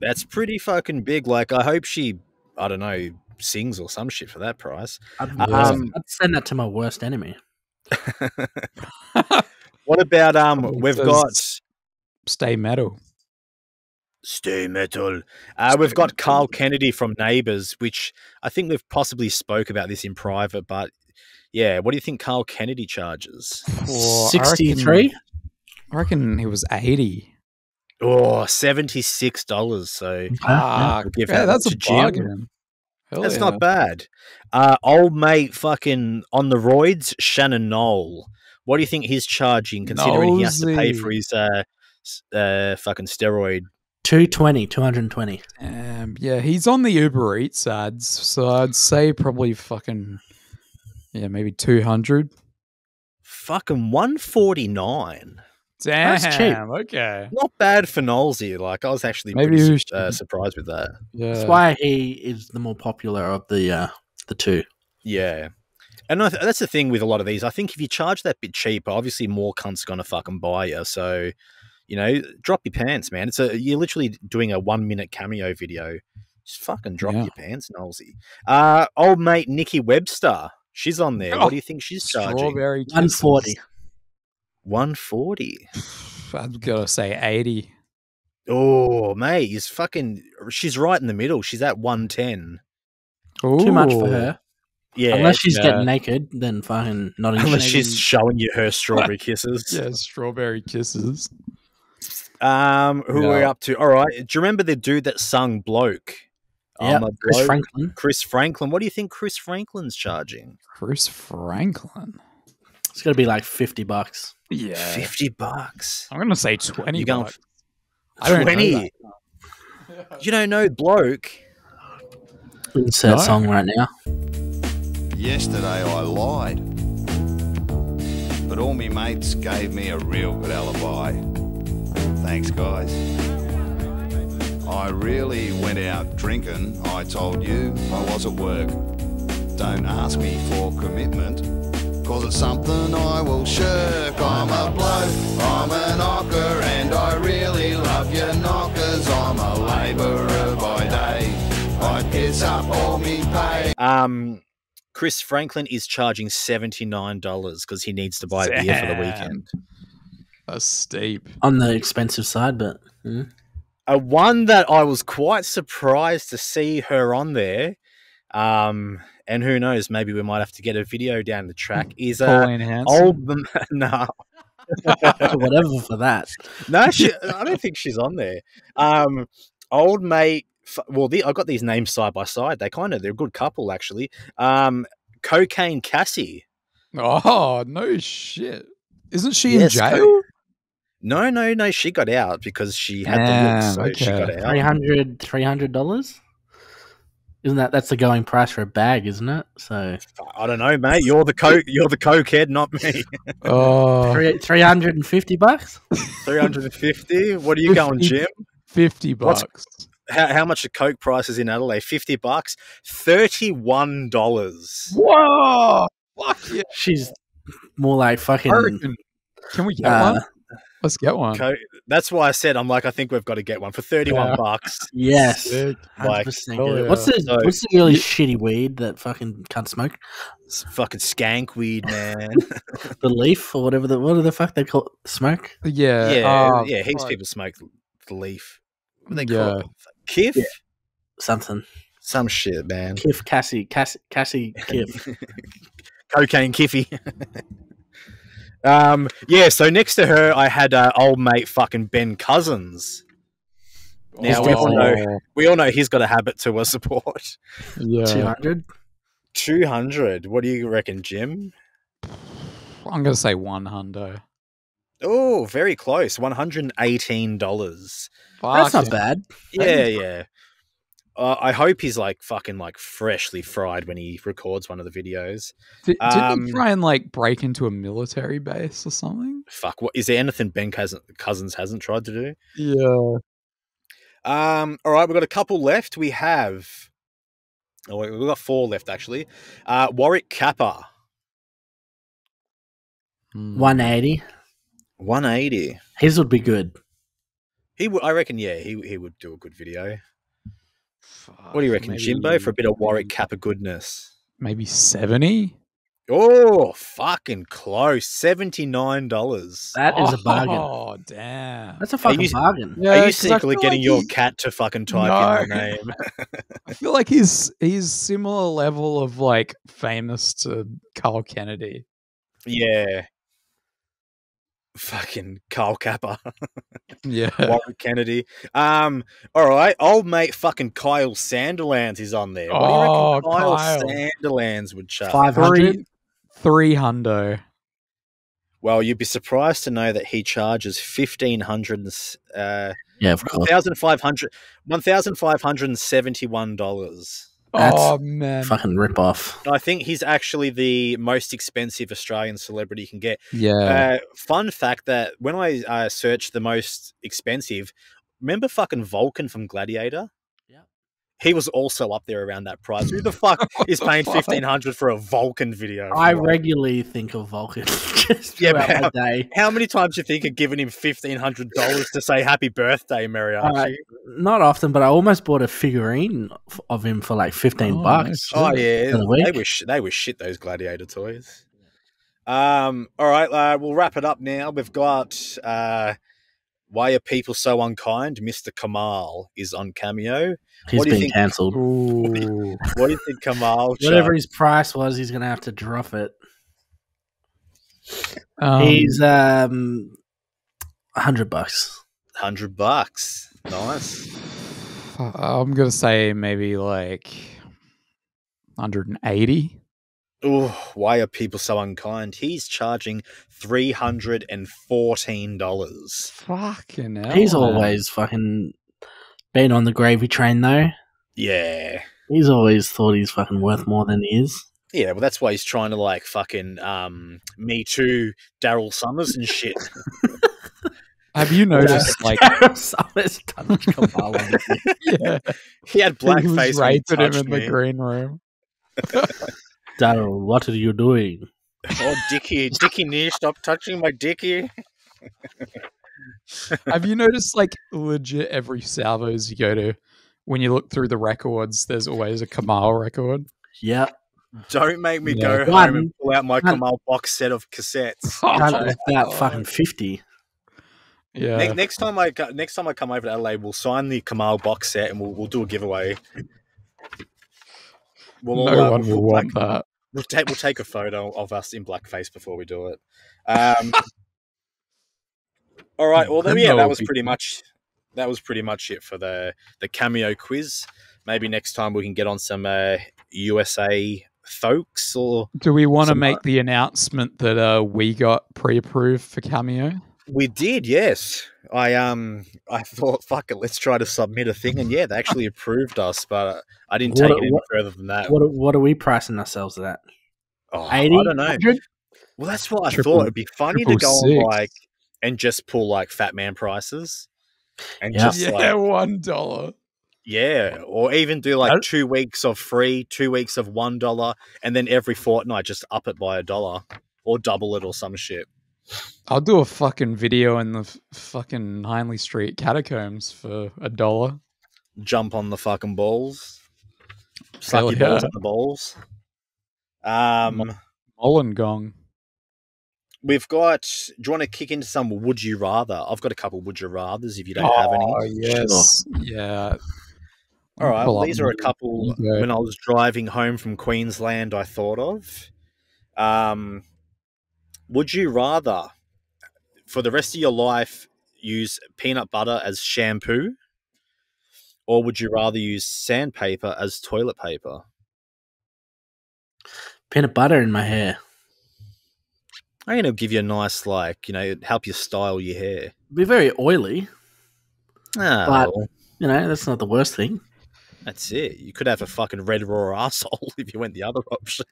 That's pretty fucking big. Like, I hope she, I don't know, sings or some shit for that price. I'd, Um, I'd send that to my worst enemy. What about um? Probably We've says- got Stay metal. Stay Metal. Uh, we've got Carl Kennedy from Neighbours, which I think we've possibly spoke about this in private, but yeah, what do you think Carl Kennedy charges? Oh. Or I Sixty-three. reckon- I reckon it was 80. Oh, seventy-six dollars. So Ah, I'll give yeah, that that's to a Jim. bargain. Hell that's yeah. not bad. Uh, old mate, fucking on the roids, Shannon Knoll. What do you think he's charging, considering he has to pay Nosey. for his uh, s- uh, fucking steroid? 220, 220. Um, yeah, he's on the Uber Eats ads, so I'd say probably fucking, yeah, maybe 200. Fucking one forty-nine. Damn, cheap. okay. Not bad for Knowlesy. Like I was actually Maybe pretty we su- uh, should- surprised with that. Yeah. That's why he is the more popular of the uh, the two. Yeah, and I th- that's the thing with a lot of these. I think if you charge that bit cheaper, obviously more cunts gonna fucking buy you. So you know, drop your pants, man. It's a you're literally doing a one minute cameo video. Just fucking drop Yeah. your pants, Knowlesy. Uh, old mate Nikki Webster, she's on there. Oh, what do you think she's charging? Strawberry One kisses. forty. One forty. I've got to say 80. Oh, mate, he's fucking. She's right in the middle. She's at one ten. Too much for Ooh. her. Yeah, Unless she's yeah. getting naked, then fucking not interested. Unless she's showing you her strawberry kisses. Yeah, strawberry kisses. Um, who are we Yeah. up to? All right. Do you remember the dude that sung Bloke? Yeah, I'm a Chris bloke. Franklin. Chris Franklin. What do you think Chris Franklin's charging? Chris Franklin. It's gonna be like fifty bucks. Yeah. 50 bucks. I'm gonna say twenty. You're going bucks. I don't know 20. You don't know Bloke. Insert No. song right now. Yesterday I lied. all my mates gave me a real good alibi. Thanks, guys. I really went out drinking. I told you I was at work. Don't ask me for commitment, cause it's something I will shirk. I'm a bloke, I'm a knocker, and I really love your knockers. I'm a labourer by day. I piss up all me pay. Um, Chris Franklin is charging seventy nine dollars because he needs to buy a beer for the weekend. That's steep. on the expensive side, but hmm. A one that I was quite surprised to see her on there. Um, and who knows, maybe we might have to get a video down the track. Is uh, Mm, Pauline Hanson. old no, whatever for that. no, she, I don't think she's on there. Um, old mate. f- Well, the, I got these names side by side. They kind of they're a good couple actually. Um, Cocaine Cassie. Oh no shit! Isn't she Yes, in jail? Coke. No, no, no. She got out because she had the Ah, look, so she okay. got out. 300 dollars. Isn't that that's the going price for a bag, isn't it? So I don't know, mate. You're the coke. You're the cokehead, not me. Oh, three three hundred and fifty bucks. Three hundred and fifty. What are you going, Fifty. Jim? 50 What's- bucks. How, how much are coke prices in Adelaide? Fifty bucks. Thirty-one dollars. Whoa! Fuck yeah! She's more like I fucking. reckon- Can we get Uh, one? Let's get one. Coke. That's why I said I'm like I think we've got to get one for thirty-one Yeah. bucks. Yes, Sick. Like, 100% hell good. yeah. What's the So- what's the really shitty weed that fucking can't smoke? It's fucking skank weed, man. The leaf or whatever the what the fuck they call it? smoke? Yeah. yeah, oh, yeah. Heaps fuck. people smoke the leaf. What do Yeah. they call it? Kiff. Something. Some shit, man. Kiff Cassie Cassie Cassie Kiff. cocaine kiffy. um, yeah. So next to her, I had uh, old mate fucking Ben Cousins. Now, Oh, we all know- We all know he's got a habit to a support. Two Yeah. hundred. Two hundred. What do you reckon, Jim? I'm going to say one hundo. Oh, very close. One hundred and eighteen dollars. That's Uh, Fuck not bad. Yeah, yeah. Uh, I hope he's like fucking like freshly fried when he records one of the videos. Did, did Um, they try and like break into a military base or something? Fuck. What is there anything Ben Cousins Cousins hasn't tried to do? Yeah. Um, all right, we've got a couple left. We have, oh, wait, we've got four left actually. Uh, Warwick Kappa, Hmm. One eighty. one eighty. His would be good. He, would, I reckon, yeah, he he would do a good video. What do you reckon, Jimbo, for a bit of Warwick Kappa goodness? Maybe 70? Oh, fucking close, seventy nine dollars. That is a bargain. Oh, damn. That's a fucking you- bargain. Yeah, Are you 'cause I secretly feel getting like your he- cat to fucking type in No. your name? I feel like he's he's similar level of like famous to Carl Kennedy. yeah. Fucking Carl Kappa. Yeah. Warren Kennedy. Um, all right, old mate, fucking Kyle Sanderlands is on there. What Oh, do you reckon Kyle, Kyle. Sanderlands would charge? Five hundred. Three three hundo. Well, you'd be surprised to know that he charges fifteen hundred, and s- uh, Yeah, of Oh. one course. thousand five hundred, one thousand five hundred and seventy-one dollars. That's Oh man. Fucking rip off. I think he's actually the most expensive Australian celebrity you can get. Yeah. Uh, fun fact that when I uh, searched the most expensive, remember fucking Vulcan from Gladiator? Yep. He was also up there around that price. Who the fuck What is the paying fuck? fifteen hundred for a Vulcan video? I Like, regularly think of Vulcan just Yeah, throughout man. my day. How many times do you think of giving him fifteen hundred dollars to say happy birthday, Mariachi? Uh, not often, but I almost bought a figurine f- of him for like fifteen Oh, bucks. no oh shit. yeah, For the they week. were sh- they were shit. Those Gladiator toys. Um. All right, uh, we'll wrap it up now. We've got. Uh, why are people so unkind? Mr. Kamal is on cameo. He's What do you been think- uh, cancelled. Ooh. What do you think, Kamal? Whatever his price was, he's gonna have to drop it. Um, he's um hundred bucks. hundred bucks. Nice. Uh, I'm gonna say maybe like 180. Oh, why are people so unkind? He's charging three hundred and fourteen dollars. Fucking hell. he's man. always fucking been on the gravy train though. Yeah. He's always thought he's fucking worth more than he is. Yeah, well, that's why he's trying to like fucking um, me too, Daryl Summers and shit. Have you noticed, like, Summers touched Kabbalah. yeah, He had he was blackface when he raping him touched in me. the green room? Daryl, what are you doing? Oh, Dickie, Dickie, near stop touching my Dickie. Have you noticed, like, legit every salvos you go to, when you look through the records, there's always a Kamal record? Yeah, Don't make me go Yeah. home and One. pull out my One. Kamal box set of cassettes. done it without fucking fifty. Ne- Yeah. next time I go, next time I come over to LA, we'll sign the Kamal box set and we'll, we'll do a giveaway. We'll, all, no uh, one we'll, will like, want that. we'll, take, we'll take a photo of us in blackface before we do it. Um, all right. Well, then, yeah, Grimlow that would was be pretty good. much that was pretty much it for the the cameo quiz. Maybe next time we can get on some uh, USA folks or Do we want to Some, uh, make the announcement that uh, we got pre-approved for Cameo? We did, yes. I um, I thought, fuck it, let's try to submit a thing, and yeah, they actually approved us, but uh, I didn't What- take it any what- further than that. What are- what are we pricing ourselves at? Oh, I 80? don't know. 100? Well, that's what I Triple- thought. It'd be funny to triple go on six. like and just pull like fat man prices, and Yeah. just like one dollar. yeah, or even do I like don't- two weeks of free, two weeks of one dollar, and then every fortnight just up it by a dollar or double it or some shit. I'll do a fucking video in the f- fucking Hindley Street catacombs for a dollar. jump on the fucking balls, suck Hell your balls yeah. Mm. at the balls. Um, Molengong. we've got. Do you want to kick into some would you rather? I've got a couple would you rather's if you don't Oh, have any. yes, yeah. All right, Pull well, up these are a Molengong. couple. Yeah. When I was driving home from Queensland, I thought of. Um, would you rather, for the rest of your life, use peanut butter as shampoo, or would you rather use sandpaper as toilet paper? Peanut butter in my hair. I'm gonna give you a nice, like, you know, it'd help you style your hair. Be very oily. Ah, But- well, You know, that's not the worst thing. that's it. You could have a fucking red raw asshole if you went the other option.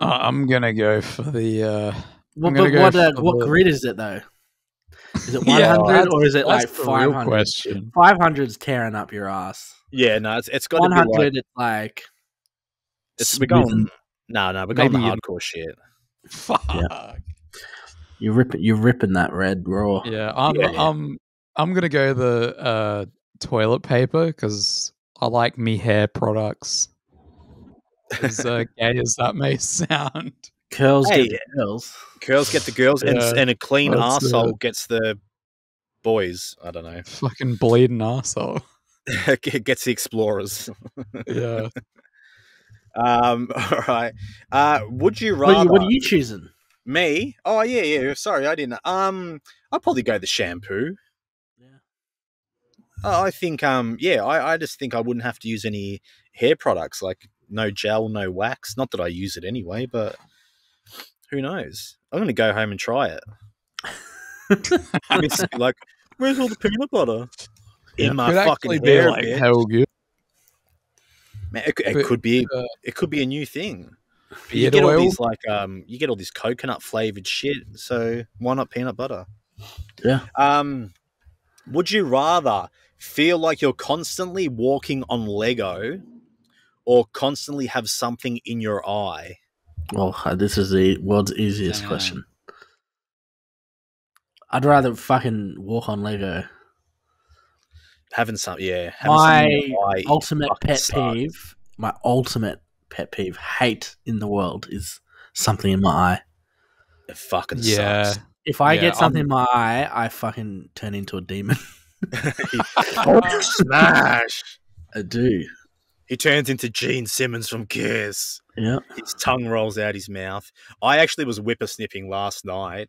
Uh, I'm gonna go for the. Uh, Well, I'm gonna but go what uh, for what the- grid is it though? Is it one Yeah, hundred that's- or is it that's like the real five hundred? question. Five hundred's tearing up your ass. Yeah, no, it's, it's got to One be like hundred is like it's, we're going. smoothing. No, no, we're going the Maybe you- hardcore shit. Fuck. Yeah, you rip you're ripping that red raw. I'm. Yeah, yeah. I'm. I'm gonna go the uh, toilet paper because I like me hair products. As uh, gay as that may sound. Curls Hey. get the curls. Girls get the girls, and, Yeah, and a clean that's it. asshole gets the boys. I don't know. Fucking bleeding asshole. gets the explorers. Yeah. Um, all right. Uh, would you What, are rather you- what are you choosing? me? Oh yeah, yeah. Sorry, I didn't. Um, I'd probably go the shampoo. I I think, um, yeah, I, I just think I wouldn't have to use any hair products, like no gel, no wax. Not that I use it anyway, but who knows? I'm gonna go home and try it. It's like, where's all the peanut butter in my Could actually fucking be hair? like bitch. hell good. Man, it, c- it but, could be, uh, it could be a new thing. But you Beard get all oil? these like, um, you get all this coconut flavored shit. So why not peanut butter? Yeah. Um, would you rather feel like you're constantly walking on Lego or constantly have something in your eye? Well, uh, this is the world's easiest Damn. question. I'd rather fucking walk on Lego. Having some, yeah. Having something My in your eye ultimate fucking pet sucks. peeve, my ultimate pet peeve, hate in the world is something in my eye. It fucking Yeah. sucks. If I Yeah, get something in my eye, I fucking turn into a demon. Smash! I do. He turns into Gene Simmons from Kiss. Yeah. his tongue rolls out his mouth. I actually was whippersnipping last night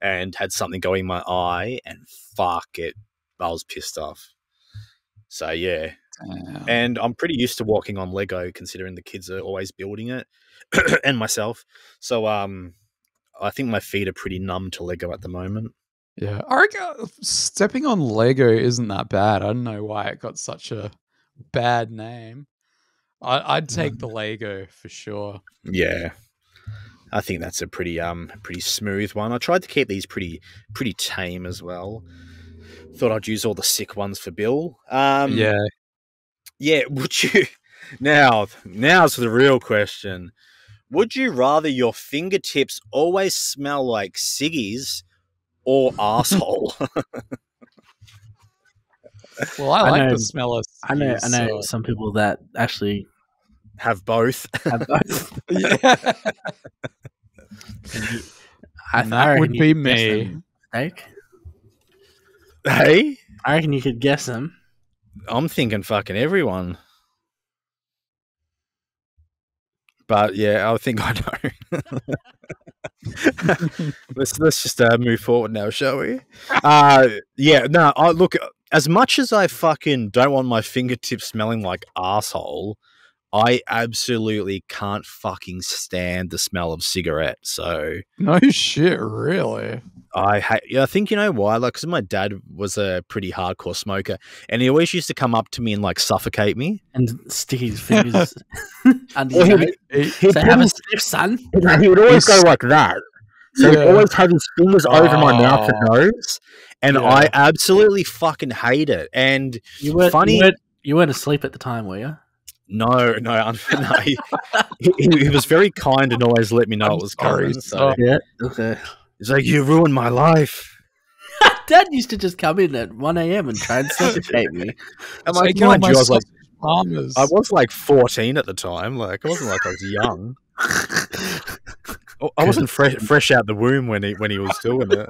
and had something go in my eye, and fuck it, I was pissed off. So yeah, Damn. and I'm pretty used to walking on Lego, considering the kids are always building it, and myself. So um, I think my feet are pretty numb to Lego at the moment. Yeah, I reckon uh, stepping on Lego isn't that bad. I don't know why it got such a bad name. I, I'd take the Lego for sure. Yeah. I think that's a pretty um pretty smooth one. I tried to keep these pretty pretty tame as well. Thought I'd use all the sick ones for Bill. Um yeah. yeah, would you now now's the real question. Would you rather your fingertips always smell like ciggies or asshole? Well, I I like know- the smell of. I know, I know so- some people that actually Have both. have both. Yeah. I, And I that reckon would you be could guess me. them, Jake. hey? I reckon you could guess them. I'm thinking fucking everyone. But yeah, I think I know. let's let's just uh, move forward now, shall we? Uh, yeah, no. I look as much as I fucking don't want my fingertips smelling like asshole. I absolutely can't fucking stand the smell of cigarette. So No shit, really. I ha- yeah, I think you know why, like, because my dad was a pretty hardcore smoker, and he always used to come up to me and like suffocate me. And stick his fingers under Well, your he- nose. It- He, So have a always, sniff, son. he would always go He's- like that. So Yeah. he'd always have his fingers over my mouth and Oh. nose. And Yeah. I absolutely fucking hate it. And You weren't, Funny- You weren't, you weren't asleep at the time, were you? no, no, un- no he, he, he was very kind and always let me know I'm it was sorry, Oh. coming. So sorry. Yeah. Okay. he's like, You ruined my life. Dad used to just come in at 1 a.m. and try and suffocate me. And Take like, all mind my you, I was like, sausage palmers. I was like 14 at the time. Like, I wasn't like I was young. Oh, I wasn't fresh, fresh out the womb when he when he was doing it.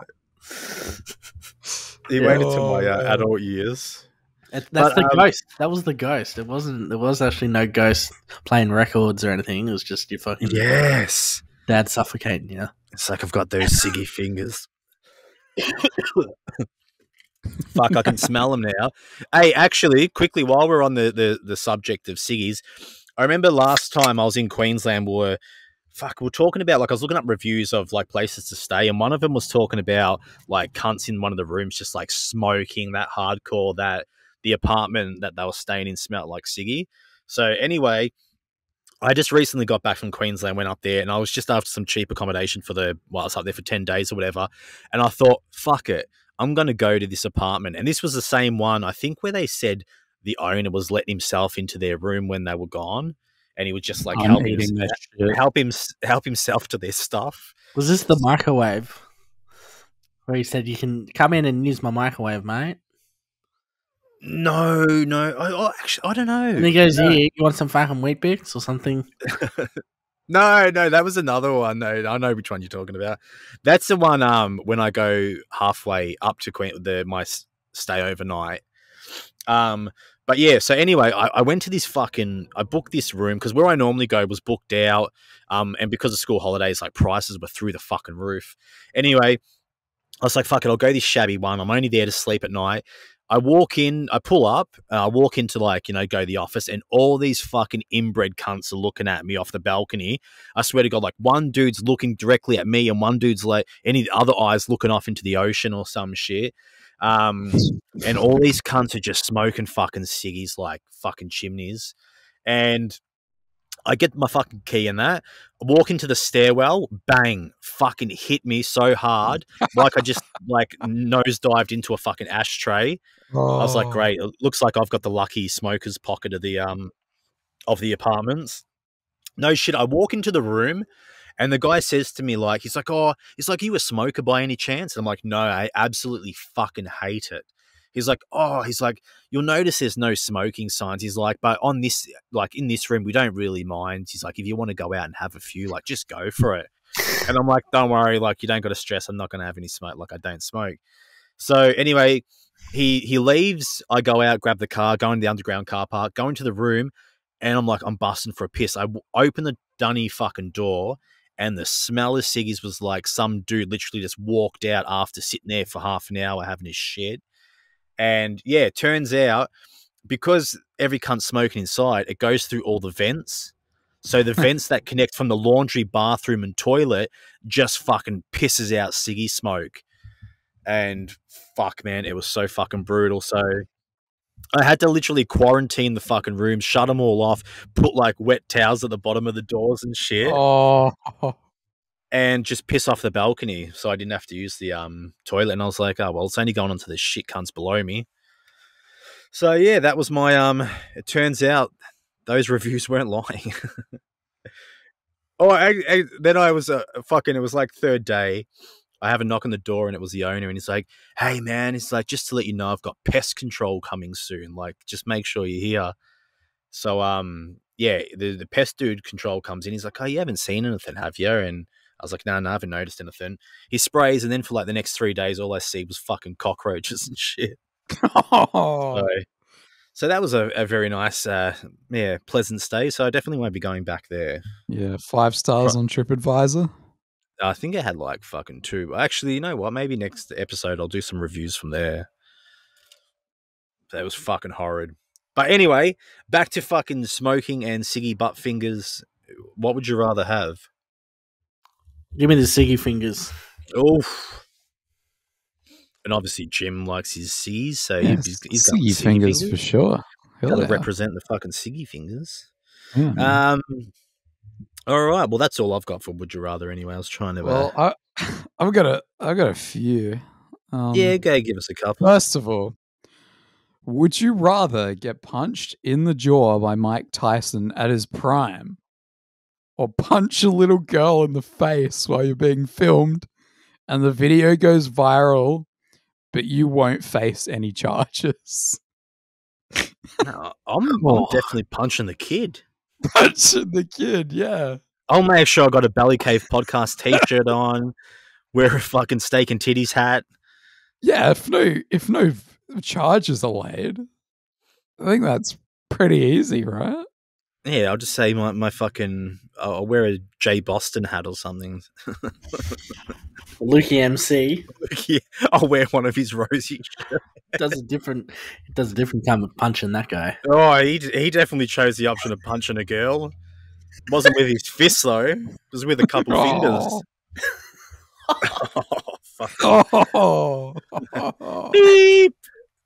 He Yeah. waited till my Oh, uh, man. adult years. It, that's But, the um, ghost. That was the ghost. It wasn't. There was actually no ghost playing records or anything. It was just your fucking Yes. dad suffocating you. It's like I've got those ciggy fingers. Fuck, I can smell them now. Hey, actually, quickly, while we're on the, the, the subject of ciggies, I remember last time I was in Queensland, we were, fuck, we are talking about, like, I was looking up reviews of, like, places to stay, and one of them was talking about, like, cunts in one of the rooms just, like, smoking that hardcore, that the apartment that they were staying in smelled like ciggy. So, anyway, I just recently got back from Queensland, went up there, and I was just after some cheap accommodation for the while I was up there for ten days or whatever. And I thought, fuck it, I'm gonna go to this apartment. And this was the same one, I think, where they said the owner was letting himself into their room when they were gone, and he would just like I'm help him, eating that shit. help him help himself to their stuff. Was this the microwave? Where he said you can come in and use my microwave, mate. No, no, I, oh, actually, I don't And he know. goes, "Yeah, you want some fucking wheat bix or something?" No, no, that was another one. No, I know which one you're talking about. That's the one. Um, when I go halfway up to Queen, the my s- stay overnight. Um, but yeah. So anyway, I, I went to this fucking. I booked this room because where I normally go was booked out. Um, and because of school holidays, like prices were through the fucking roof. Anyway, I was like, fuck it, I'll go this shabby one. I'm only there to sleep at night. I walk in, I pull up, and I walk into like, you know, go to the office, and all these fucking inbred cunts are looking at me off the balcony. I swear to God, like one dude's looking directly at me, and one dude's like any other eyes looking off into the ocean or some shit. Um, and all these cunts are just smoking fucking ciggies like fucking chimneys. And I get my fucking key in that, walk into the stairwell, bang, fucking hit me so hard, like I just like nosedived into a fucking ashtray. I was like, Oh. great. It looks like I've got the lucky smoker's pocket of the um of the apartments. No shit. I walk into the room and the guy says to me, like, he's like, Oh, he's like, you a smoker by any chance? And I'm like, No, I absolutely fucking hate it. He's like, Oh, he's like, you'll notice there's no smoking signs. He's like, but on this like in this room, we don't really mind. He's like, if you want to go out and have a few, like just go for it. And I'm like, don't worry, like you don't gotta stress, I'm not gonna have any smoke, like I don't smoke. So anyway, he he leaves. I go out, grab the car, go into the underground car park, go into the room, and I'm like, I'm busting for a piss. I w- open the dunny fucking door, and the smell of ciggies was like some dude literally just walked out after sitting there for half an hour having his shit. And yeah, it turns out because every cunt's smoking inside, it goes through all the vents. So the vents that connect from the laundry, bathroom, and toilet just fucking pisses out ciggy smoke and fuck man it was so fucking brutal so I had to literally quarantine the fucking room, shut them all off, put like wet towels at the bottom of the doors and shit, Oh, and just piss off the balcony so I didn't have to use the um toilet. And I was like, oh well, it's only going onto the shit cunts below me. So yeah, that was my um. It turns out those reviews weren't lying. oh, I, I, then I was uh, fucking. It was like third day. I have a knock on the door and it was the owner and he's like, "Hey man, it's like just to let you know I've got pest control coming soon. Like just make sure you're here." So um yeah, the the pest dude control comes in. He's like, "Oh, you haven't seen anything, have you?" And I was like, "No, no, I haven't noticed anything." He sprays and then for like the next three days, all I see was fucking cockroaches and shit. Oh. So, so that was a, a very nice, uh, yeah, pleasant stay. So I definitely won't be going back there. yeah, five stars on TripAdvisor. I think I had like fucking two. Actually, you know what? Maybe next episode I'll do some reviews from there. That was fucking horrid. But anyway, back to fucking smoking and Siggy butt fingers. What would you rather have? Give me the Siggy fingers. Oof. And obviously, Jim likes his C's, so Yeah, he's, he's got Siggy fingers, for sure. Hell Gotta yeah. represent the fucking Siggy fingers. Yeah, man. Um. All right. Well, that's all I've got for Would You Rather. Anyway, I was trying to. well, uh, I, I've got a, I've got a few. Um, yeah, go give us a couple. First of all, would you rather get punched in the jaw by Mike Tyson at his prime or punch a little girl in the face while you're being filmed and the video goes viral, but you won't face any charges? No, I'm, I'm Oh. definitely punching the kid. Punching the kid, yeah. I'll make sure I got a Belly Cave podcast T-shirt on, wear a fucking steak and titties hat. Yeah, if no if no v- charges are laid, I think that's pretty easy, right? Yeah, I'll just say my, my fucking. I'll I'll wear a Jay Boston hat or something. Lukey MC yeah, I'll wear one of his rosy. does a different does a different kind of punching that guy. Oh, he he definitely chose the option of punching a girl. Wasn't with his fists though. It was with a couple Oh. fingers. Oh, fuck. Oh, Beep,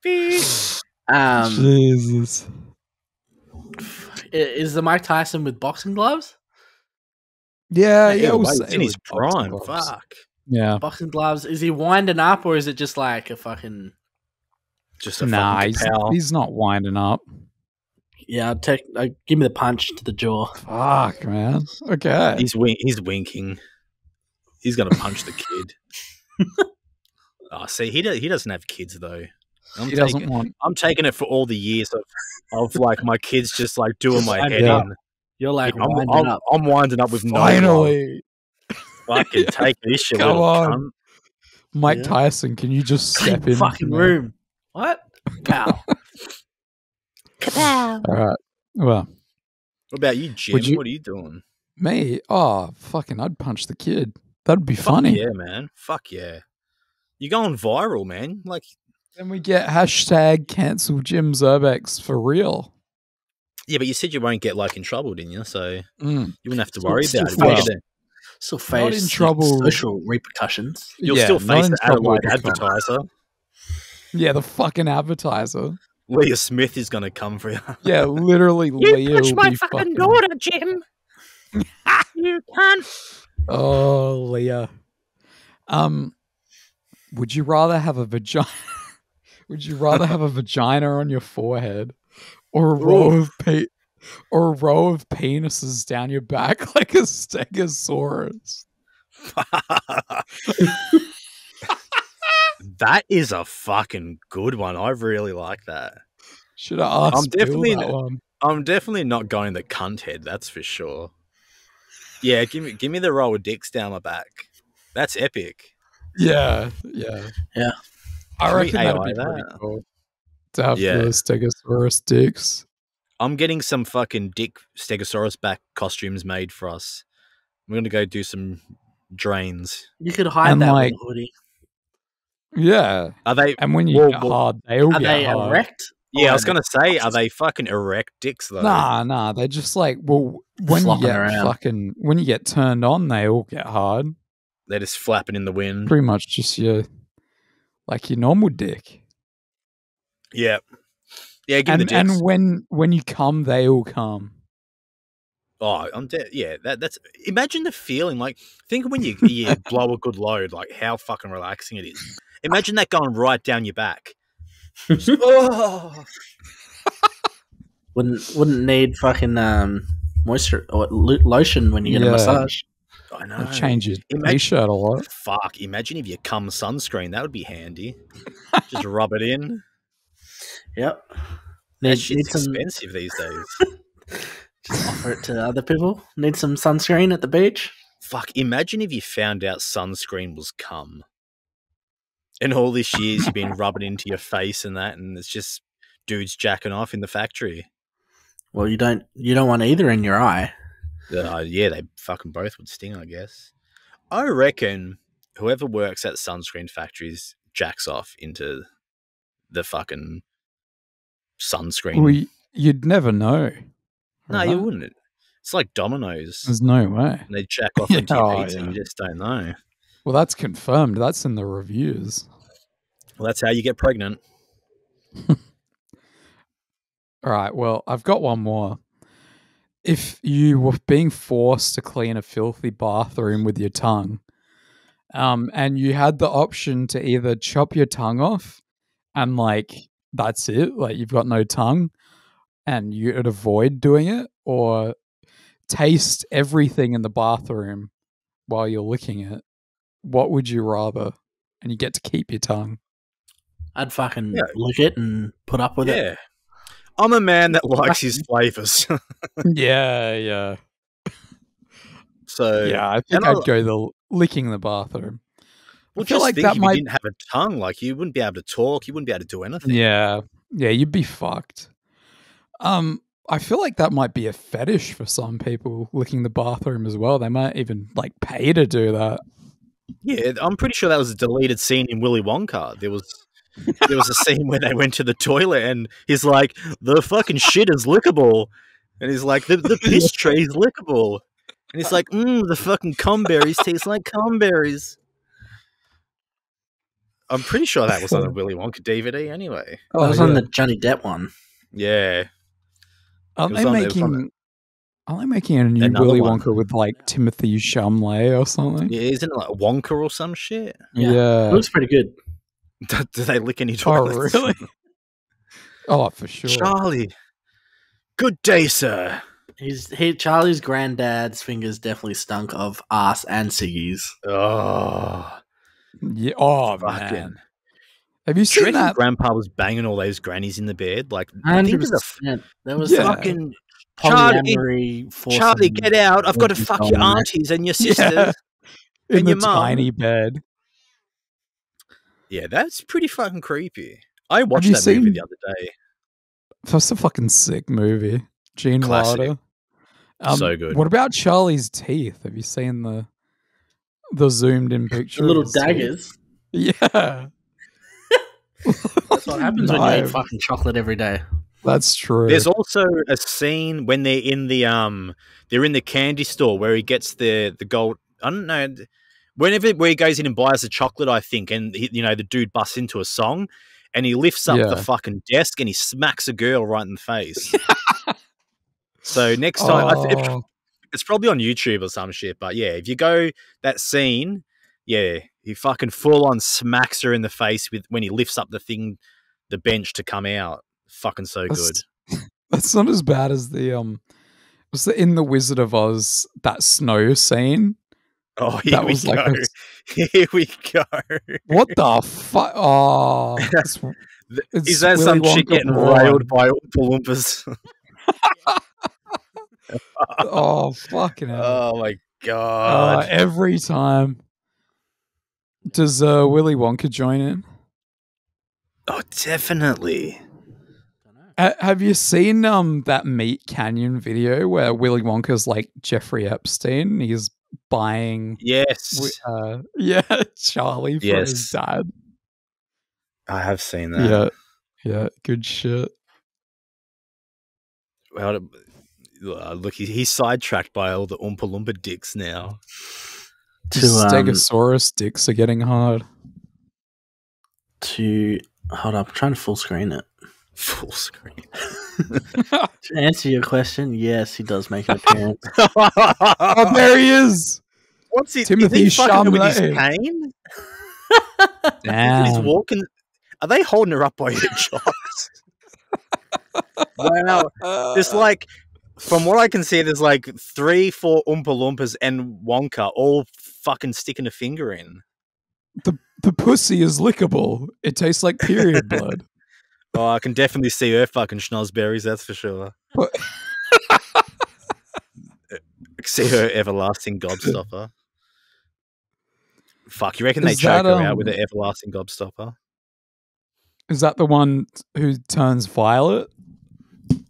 beep. Um, Jesus. i- is the Mike Tyson with boxing gloves? Yeah, Either Uh, yeah, we'll way, say it's in it his was boxing prime. gloves. Fuck. Yeah. Boxing gloves. Is he winding up or is it just like a fucking? Just a Nah, fucking he's, pal. he's not winding up. Yeah, I'll take. Uh, give me the punch to the jaw. Fuck, man. Okay. He's wink. He's winking. He's gonna punch the kid. oh, see, he do- he doesn't have kids though. I'm he taking, doesn't want. I'm taking it for all the years of, of like my kids just like doing Just my wind head it up. in. You're like You know, I'm, winding I'm, up. I'm winding up with no love. Finally, Fucking Yeah. take this, you Come little on. cunt. Mike Yeah. Tyson, can you just Clean step the in? fucking man? room. What? Pow. All right. Well, What about you, Jim? you- What are you doing? me. Oh, fucking! I'd punch the kid. That'd be Fuck funny. yeah, man. Fuck yeah. You're going viral, man. Like, Then we get hashtag cancel Jim Zerbex for real. yeah, but you said you won't get like in trouble, didn't you? So you Mm. wouldn't have to Still- worry still about it. fresh. Back then, Still Not face in trouble. social repercussions. You'll Yeah, still not face in the trouble Adelaide with the cop. advertiser. Yeah, the fucking advertiser. Leah Smith is going to come for you. Yeah, literally. Leah will be fucking- Jim. Oh, Leah. Um, would you rather have a vagina? would you rather have a vagina on your forehead, or a row of pe- or a row of penises down your back like a stegosaurus? that is a fucking good one. I really like that. Should I ask? I'm Bill definitely that not- one? I'm definitely not going the cunt head. That's for sure. Yeah, give me give me the roll of dicks down my back. That's epic. Yeah, yeah, Yeah. I Can we reckon AI that'd be pretty that? cool to have Yeah. the stegosaurus dicks. I'm getting some fucking dick stegosaurus back costumes made for us. We're gonna go do some drains. You could hide And, that like, with a hoodie. Yeah, Are they? and when you Well, get well, hard, they all Are get they oh, hard. erect? Yeah, I was Oh, gonna say, are they fucking erect dicks though? Nah, nah. They're just like, well, when you Flopping get around. fucking, when you get turned on, they all get hard. Mm. They're just flapping in the wind. Pretty much just your, like your normal dick. Yeah. Yeah, give me and the Jets. and when when you come, they all come. Oh, I'm dead. Yeah, that, that's. Imagine the feeling. Like, think when you, you blow a good load, like how fucking relaxing it is. Imagine that going right down your back. Just, oh, Wouldn't wouldn't need fucking um moisture or lo- lotion when you get Yeah. a massage. I know. They change your Imagine- t-shirt a lot. Fuck. Imagine if you come sunscreen. That would be handy. Just rub it in. Yep. That Need, need shit's some expensive these days. offer it to other people. Need some sunscreen at the beach. Fuck, imagine if you found out sunscreen was cum. And all this years you've been rubbing into your face and that, and it's just dudes jacking off in the factory. Well, you don't you don't want either in your eye. Uh, yeah, they fucking both would sting, I guess. I reckon whoever works at sunscreen factories jacks off into the fucking sunscreen. We you'd never know. no, right? you wouldn't. It's like dominoes. There's no way. And they jack off Mm. Yeah, into your oh, pizza and yeah. you just don't know. Well, that's confirmed. That's in the reviews. Well, that's how you get pregnant. All right. Well, I've got one more. If you were being forced to clean a filthy bathroom with your tongue, um, and you had the option to either chop your tongue off and like that's it, like you've got no tongue and you'd avoid doing it, or taste everything in the bathroom while you're licking it, what would you rather? And you get to keep your tongue. I'd fucking Yeah. lick it and put up with it. Yeah. I'm a man that likes his flavors. yeah, yeah. So Yeah, I think I- I'd go the licking the bathroom. well, I feel just like think that if might- you didn't have a tongue, like you wouldn't be able to talk, you wouldn't be able to do anything. Yeah, yeah, you'd be fucked. Um, I feel like that might be a fetish for some people licking the bathroom as well. They might even like pay to do that. Yeah, I'm pretty sure that was a deleted scene in Willy Wonka. There was there was a scene where they went to the toilet and he's like, the fucking shit is lickable. And he's like, the, the piss tray is lickable. And he's like, mmm, the fucking cumberries taste like cumberries. I'm pretty sure that was on a Willy Wonka DVD anyway. That was on the Johnny Depp one. Yeah. Are it they was on- it was on making? Are they making a new Another Willy one. Wonka with like Timothy Chalamet or something? Yeah, isn't it like Wonka or some shit? Yeah. It Yeah. looks pretty good. Do, do they lick any Oh, toilets? really? oh, for sure. Charlie. Good day, sir. He's he Charlie's granddad's fingers definitely stunk of ass and ciggies. Oh, Yeah. Oh Fucking- man. Have do you you seen reckon that? Grandpa was banging all those grannies in the bed? Like, I think Hundred there's a percent. There was Yeah. some fucking Charlie, polyamory. foursome Charlie, get out! I've got to Fucking fuck your Charlie. aunties and your sisters. Yeah. In and the your mum. tiny bed. Yeah, that's pretty fucking creepy. I watched you that movie seen- the other day. That's a fucking sick movie. Gene Classic. Wilder. Um, So good. What about Charlie's teeth? Have you seen the the zoomed in picture? The of little his teeth? daggers. Yeah. That's what happens when you No, eat fucking chocolate every day. That's true. There's also a scene when they're in the um they're in the candy store where he gets the the gold. I don't know. th- Whenever where he goes in and buys the chocolate, I think, and he, you know the dude busts into a song, and he lifts up the Yeah. fucking desk and he smacks a girl right in the face. so next time, I th- Oh, it's probably on YouTube or some shit. But yeah, if you go that scene, yeah, he fucking full on smacks her in the face with when he lifts up the thing, the bench to come out. Fucking so That's- good. that's not as bad as the um was the in the Wizard of Oz that snow scene. Oh, here that we was go. like a- Here we go. what the fuck? Oh, it's- Th- It's Is that some Willy chick Wonka getting porn. railed by Oompa Loompas? oh fucking hell. oh my Uh, god. every time. Does uh, Willy Wonka join in? oh, definitely. Ha- have you seen um that Meat Canyon video where Willy Wonka's like Jeffrey Epstein? He's buying, Yes. wi- uh, yeah, Charlie for his Yes. dad. I have seen that. Yeah, yeah, good shit. Well, uh, look, he, he's sidetracked by all the Oompa Loompa dicks now. To, um, Stegosaurus dicks are getting hard. to hold up, I'm trying to full screen it. Full screen. To answer your question, yes, he does make an appearance. Oh, there he is. What's he? Timothy is he fucking with his Chalamet. cane? He's walking. Are they holding her up by her chops? wow. There's like, from what I can see, there's like three, four Oompa Loompas and Wonka all fucking sticking a finger in. The pussy is lickable. It tastes like period blood. Oh, I can definitely see her fucking schnozberries, that's for sure. But- I can see her everlasting gobstopper. Fuck, you reckon they Is choke that, her out with um, an everlasting gobstopper? Is that the one who turns violet?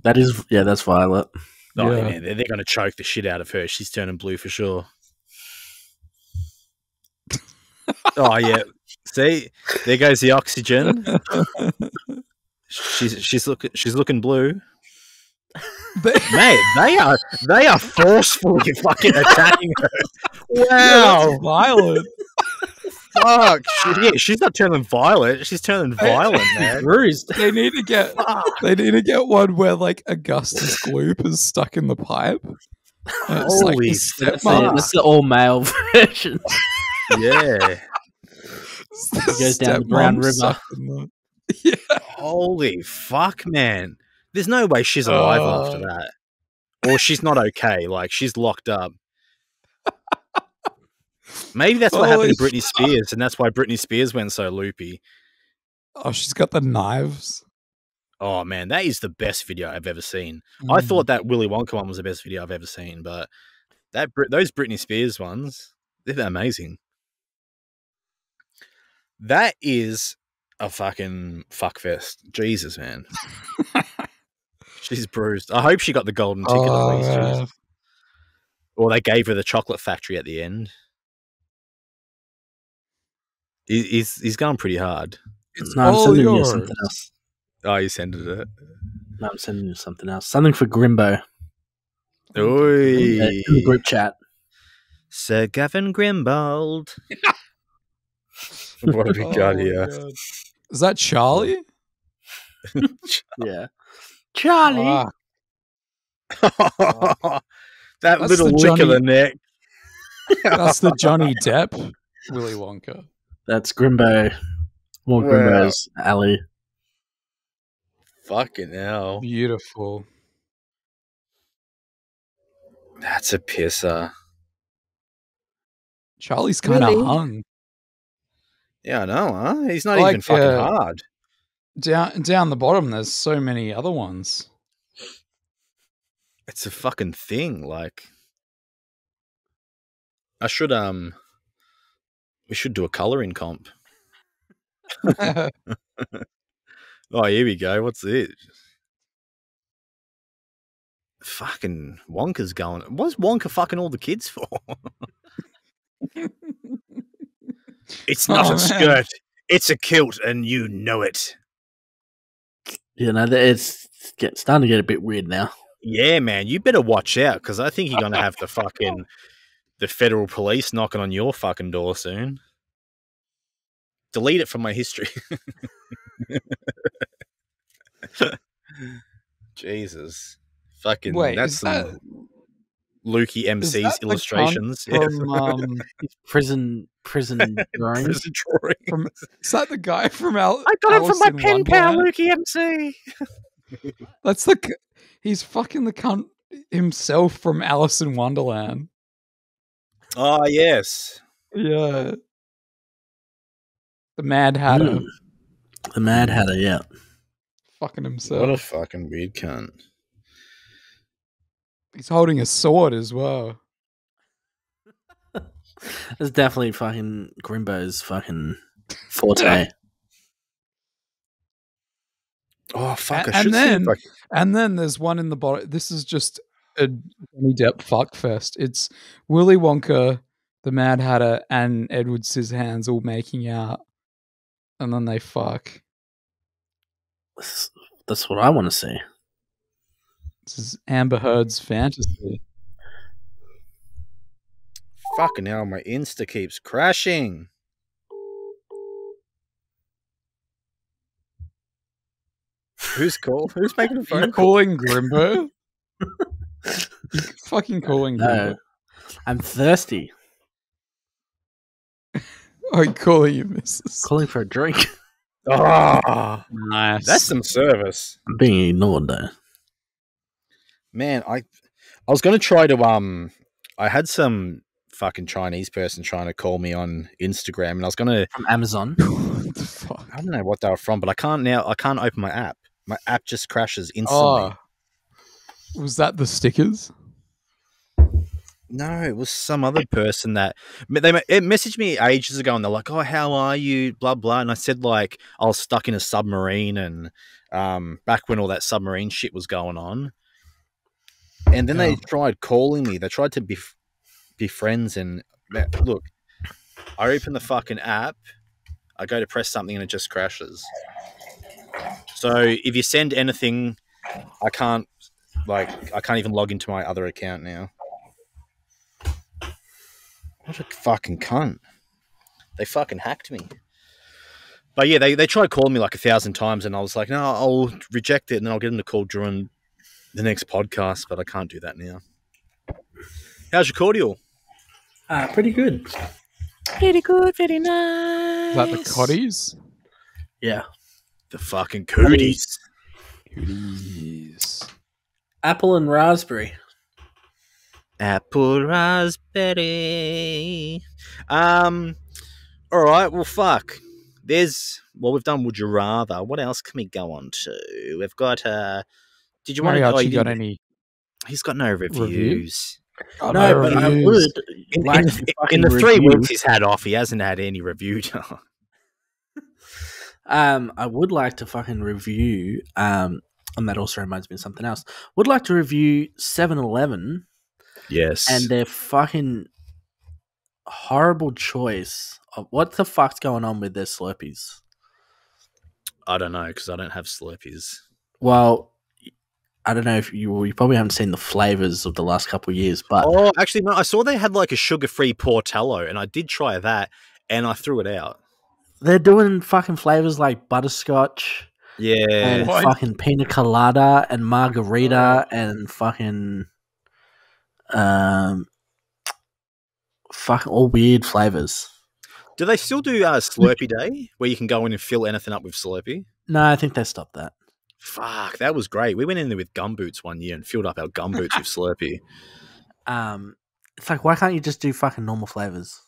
that is, yeah, that's Violet. Oh, yeah. yeah, they're, they're going to choke the shit out of her. She's turning blue for sure. oh yeah, see, there goes the oxygen. she's she's looking she's looking blue. They- Mate, they are they are forcefully fucking attacking her. Yeah, that's Wow, violet. fuck. She- yeah, she's not turning violet. She's turning violent, man. Bruised. They need to get they need to get one where like Augustus Gloop is stuck in the pipe. And it's like Holy his fuck. That's, the, stepmom. that's the all male version. Yeah. He goes down the Brown River. Yeah. Holy fuck, man. There's no way she's alive after Oh. that. Or she's not okay. Like, she's locked up. Maybe that's what happened to Holy Britney Spears, and that's why Britney Spears went so loopy. Oh, she's got the knives. Oh, man, that is the best video I've ever seen. I Mm. thought that Willy Wonka one was the best video I've ever seen, but that Brit- those Britney Spears ones, they're amazing. That is a fucking fuckfest. Jesus, man. She's bruised. I hope she got the golden ticket at Oh, least. Jesus. man. Or they gave her the chocolate factory at the end. He- He's he's going pretty hard. It's No, I'm all sending you yours. something else. Oh, you sent it. No, I'm sending you something else. Something for Grimbo. uh, in Oi. the group chat. Sir Gavin Grimbold. what have we got Oh, here? God. Is that Charlie? Yeah. Charlie. Fuck. that That's little the lick of the neck. That's the Johnny Depp Willy Wonka. That's Grimbo. More Wow. Grimbo's alley. Fucking hell. Beautiful. That's a pisser. Charlie's kind of hung Yeah, I know, huh? He's not Like, even fucking uh, hard. down down the bottom. There's so many other ones. It's a fucking thing. Like, I should, um, we should do a coloring comp. Oh, here we go. What's it? Fucking Wonka's going. What's Wonka fucking all the kids for? it's not Oh, a man. skirt. It's a kilt, and you know it. You know, that- it's get, starting to get a bit weird now. Yeah, man, you better watch out because I think you're gonna have the fucking the federal police knocking on your fucking door soon. Delete it from my history. Jesus, fucking Wait, that's is some that- Lukey that MC's the con illustrations. Yeah, from, um, Prison, prison drawings. prison drawing. from- is that the guy from Al? Lukey MC. That's the. c- He's fucking the cunt himself from Alice in Wonderland. Oh yes, Yeah. The Mad Hatter. Hmm. Mm. The Mad Hatter, yeah. Fucking what a himself. fucking weird cunt. He's holding a sword as well. That's definitely fucking Grimbo's fucking forte. Oh fuck! A- I and should see if then- I- And then there's one in the bottom. This is just a Johnny Depp fuckfest. It's Willy Wonka, the Mad Hatter, and Edward Scissorhands all making out, and then they fuck. That's- That's what I want to see. This is Amber Heard's fantasy. Fucking hell, my Insta keeps crashing. Who's call? Who's making a phone call? calling Grimbo? You fucking calling Grimbo. No. I'm thirsty. I'm calling you Mrs. Calling for a drink. Ah, Nice. that's some service, I'm being ignored though. man. I I was gonna try to um. I had some fucking Chinese person trying to call me on Instagram, and I was gonna. From Amazon. what the fuck? I don't know what they were from, but I can't now. I can't open my app. My app just crashes instantly. Oh. Was that the stickers? No, it was some other person that me- they me- it messaged me ages ago, and they're like, "Oh, how are you?" Blah blah, and I said like I was stuck in a submarine, and um, back when all that submarine shit was going on, and then they Yeah. tried calling me. They tried to be be friends, and that- look, I open the fucking app, I go to press something, and it just crashes. So if you send anything, I can't like I can't even log into my other account now. What a fucking cunt. They fucking hacked me. But yeah, they, they tried calling me like a thousand times and I was like, no, I'll reject it and then I'll get them to call during the next podcast, but I can't do that now. How's your cordial? Ah, pretty good. Is that the Cotties? Yeah. The fucking cooties. Cooties. Apple and raspberry. Apple raspberry. Um, all right. Well, fuck. There's well, we've done. Would you rather? What else can we go on to? We've got. Uh, did you want to? Oh, Mariachi you got didn't- any? He's got no reviews. got no, but I reviews? would Oh, In, like in- to in fucking the three review- weeks he's had off, he hasn't had any review time. Um, I would like to fucking review. Um, and that also reminds me of something else. Would like to review 7-Eleven yes. and their fucking horrible choice of what the fuck's going on with their Slurpees. I don't know because I don't have Slurpees. Well, I don't know if you you probably haven't seen the flavors of the last couple of years, but Oh, actually, no. I saw they had like a sugar-free Portello, and I did try that, and I threw it out. they're doing fucking flavors like butterscotch Yeah. and What? fucking pina colada and margarita Oh. and fucking um fucking all weird flavors. Do they still do uh, Slurpee Day where you can go in and fill anything up with Slurpee? No, I think they stopped that. Fuck, that was great. We went in there with gumboots one year and filled up our gumboots with Slurpee. Um, it's like why can't you just do fucking normal flavors?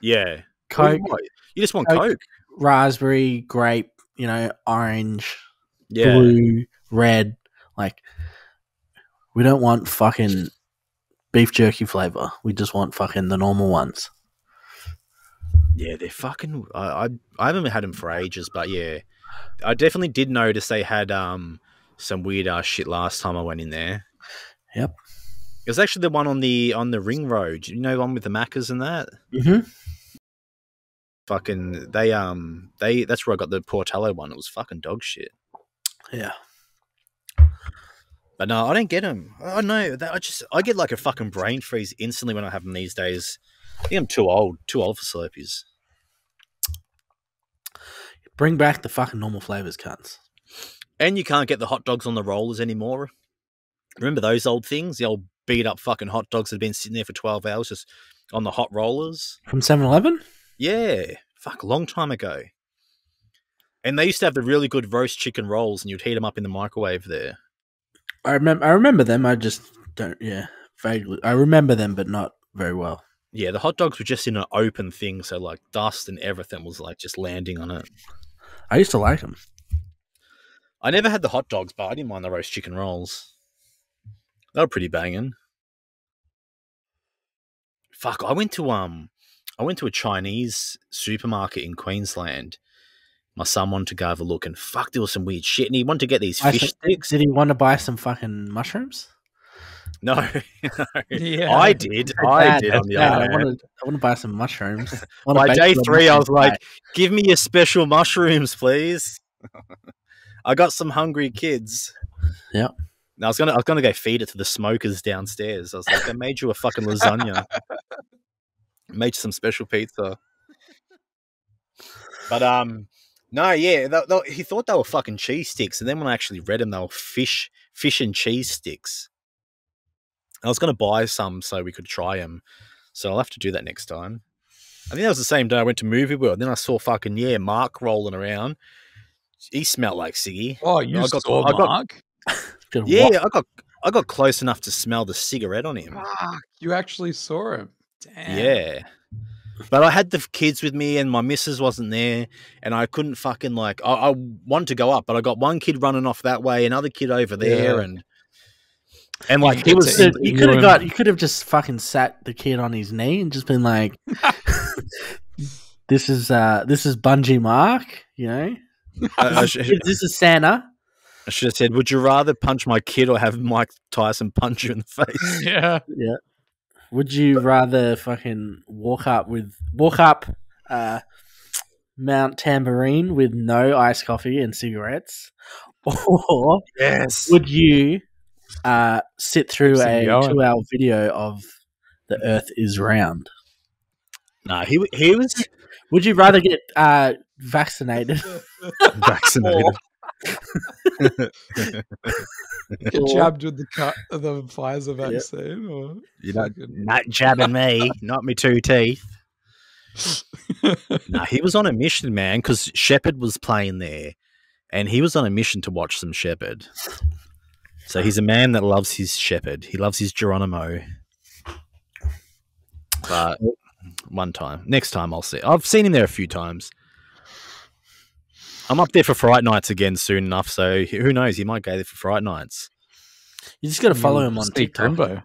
Yeah. What do Coke, you want? You just want Coke. Coke. raspberry, grape, you know, orange, Yeah. blue, red. Like we don't want fucking beef jerky flavor. We just want fucking the normal ones. Yeah, they're fucking. I, I I haven't had them for ages, but yeah, I definitely did notice they had um some weird ass shit last time I went in there. Yep. It was actually the one on the on the ring road. You know, the one with the macas and that. Mm-hmm. Fucking they um they that's where I got the Portello one. It was fucking dog shit. Yeah. But no, I don't get them. I don't know. That- I just I get like a fucking brain freeze instantly when I have them these days. I think I'm too old, too old for Slurpees. Bring back the fucking normal flavors, cunts. And you can't get the hot dogs on the rollers anymore. Remember those old things? The old beat up fucking hot dogs that have been sitting there for twelve hours just on the hot rollers. From 7-Eleven? Yeah, fuck, long time ago. And they used to have the really good roast chicken rolls, and you'd heat them up in the microwave there. I remember. I remember them. I just don't. Yeah, vaguely. I remember them, but not very well. Yeah, the hot dogs were just in an open thing, so like dust and everything was like just landing on it. I used to like them. I never had the hot dogs, but I didn't mind the roast chicken rolls. They were pretty banging. Fuck, I went to um, I went to a Chinese supermarket in Queensland. My son wanted to go have a look, and fuck, there was some weird shit, and he wanted to get these I fish said, sticks. Did he want to buy some fucking mushrooms? No, no. Yeah. I did. I did. On the Dad, I other hand. want to. I want to buy some mushrooms. I wanna By bake day some three, I was mushrooms, like, mate. "Give me your special mushrooms, please." I got some hungry kids. Yep. And I was gonna, I was gonna go feed it to the smokers downstairs. I was like, "I made you a fucking lasagna. made you some special pizza." But um, No, yeah, tho- tho- he thought they were fucking cheese sticks, and then when I actually read them, they were fish, fish and cheese sticks. I was going to buy some so we could try them, so I'll have to do that next time. I think that was the same day I went to Movie World. Then I saw fucking yeah, Mark rolling around. He smelled like ciggy. Oh, I you got- saw I got- Mark? Good Yeah, wa- I got I got close enough to smell the cigarette on him. Fuck, you actually saw him. Damn. Yeah. But I had the f- kids with me and my missus wasn't there and I couldn't fucking like I, I wanted to go up, but I got one kid running off that way, another kid over there Yeah. and and like he get was to sit- eat you you could have and- got. You could have just fucking sat the kid on his knee and just been like, "This is uh, this is Bungee Mark, you know. I, I This should, is- this is Santa." I should have said, Would you rather punch my kid or have Mike Tyson punch you in the face? Yeah. Would you rather fucking walk up with walk up uh, Mount Tambourine with no iced coffee and cigarettes, or Yes. would you uh, sit through Keeps a them going. two-hour video of the Earth is round? Nah, he wa- he was Would you rather get uh, vaccinated? vaccinated. Get jabbed with the cut, the Pfizer vaccine, or You don't- not jabbing me, not me two teeth. nah, he was on a mission, man, because Shepard was playing there, and he was on a mission to watch some Shepard. So he's a man that loves his Shepard. He loves his Geronimo. But one time, next time I'll see. I've seen him there a few times. I'm up there for Fright Nights again soon enough, so who knows? He might go there for Fright Nights. You just got to follow him on Mm, Steve TikTok. Grimbo.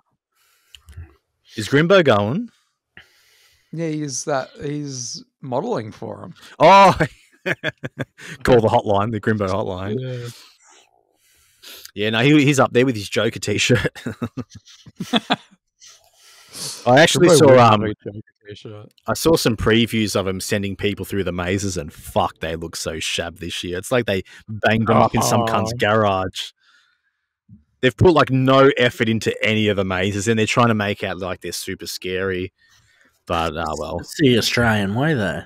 Is Grimbo going? Yeah, he's that. He's modeling for him. Oh, call the hotline, the Grimbo hotline. Yeah. Yeah, no, he, he's up there with his Joker t-shirt. I actually saw um, I saw some previews of him sending people through the mazes, and fuck, they look so shab this year. It's like they banged them up in some cunt's Oh. garage. They've put like no effort into any of the mazes, and they're trying to make out like they're super scary. But ah, well, It's the Australian way, though.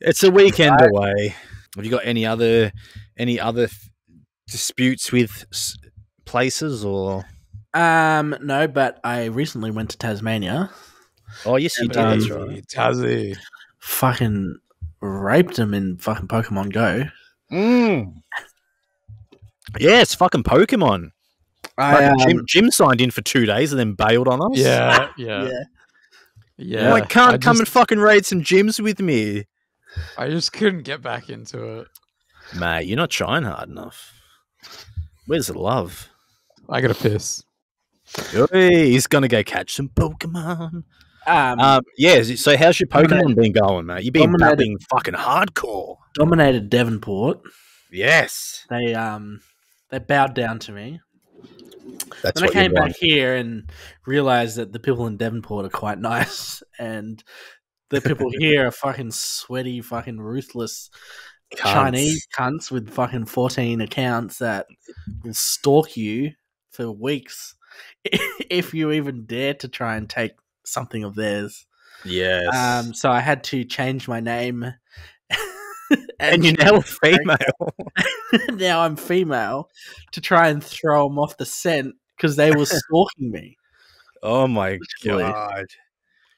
it's a weekend away. Have you got any other any other th- disputes with s- places or? Um, no, but I recently went to Tasmania. Oh yes, you did. That's Um, right. Tassie. Fucking raped him in fucking Pokemon Go. Mm. Yeah, it's fucking Pokemon. I, Fucking Jim, um, Jim signed in for two days and then bailed on us. Yeah, yeah, yeah. yeah. Why can't I come just, and fucking raid some gyms with me, I just couldn't get back into it. mate? You're not trying hard enough. Where's the love? I got a piss. Hey, he's gonna go catch some Pokemon. Um, Um, yeah. So how's your Pokemon Dominated- been going, mate? You've been dominated- battling fucking hardcore. dominated Devonport. Yes, They um they bowed down to me. that's then I what came you want. back here and realized that the people in Devonport are quite nice, and the people here are fucking sweaty, fucking ruthless Cunts. Chinese cunts with fucking fourteen accounts that will stalk you for weeks if you even dare to try and take something of theirs. Yes. Um, so I had to change my name. and you're now a female. now I'm female to try and throw them off the scent because they were stalking me. Oh my Literally. god.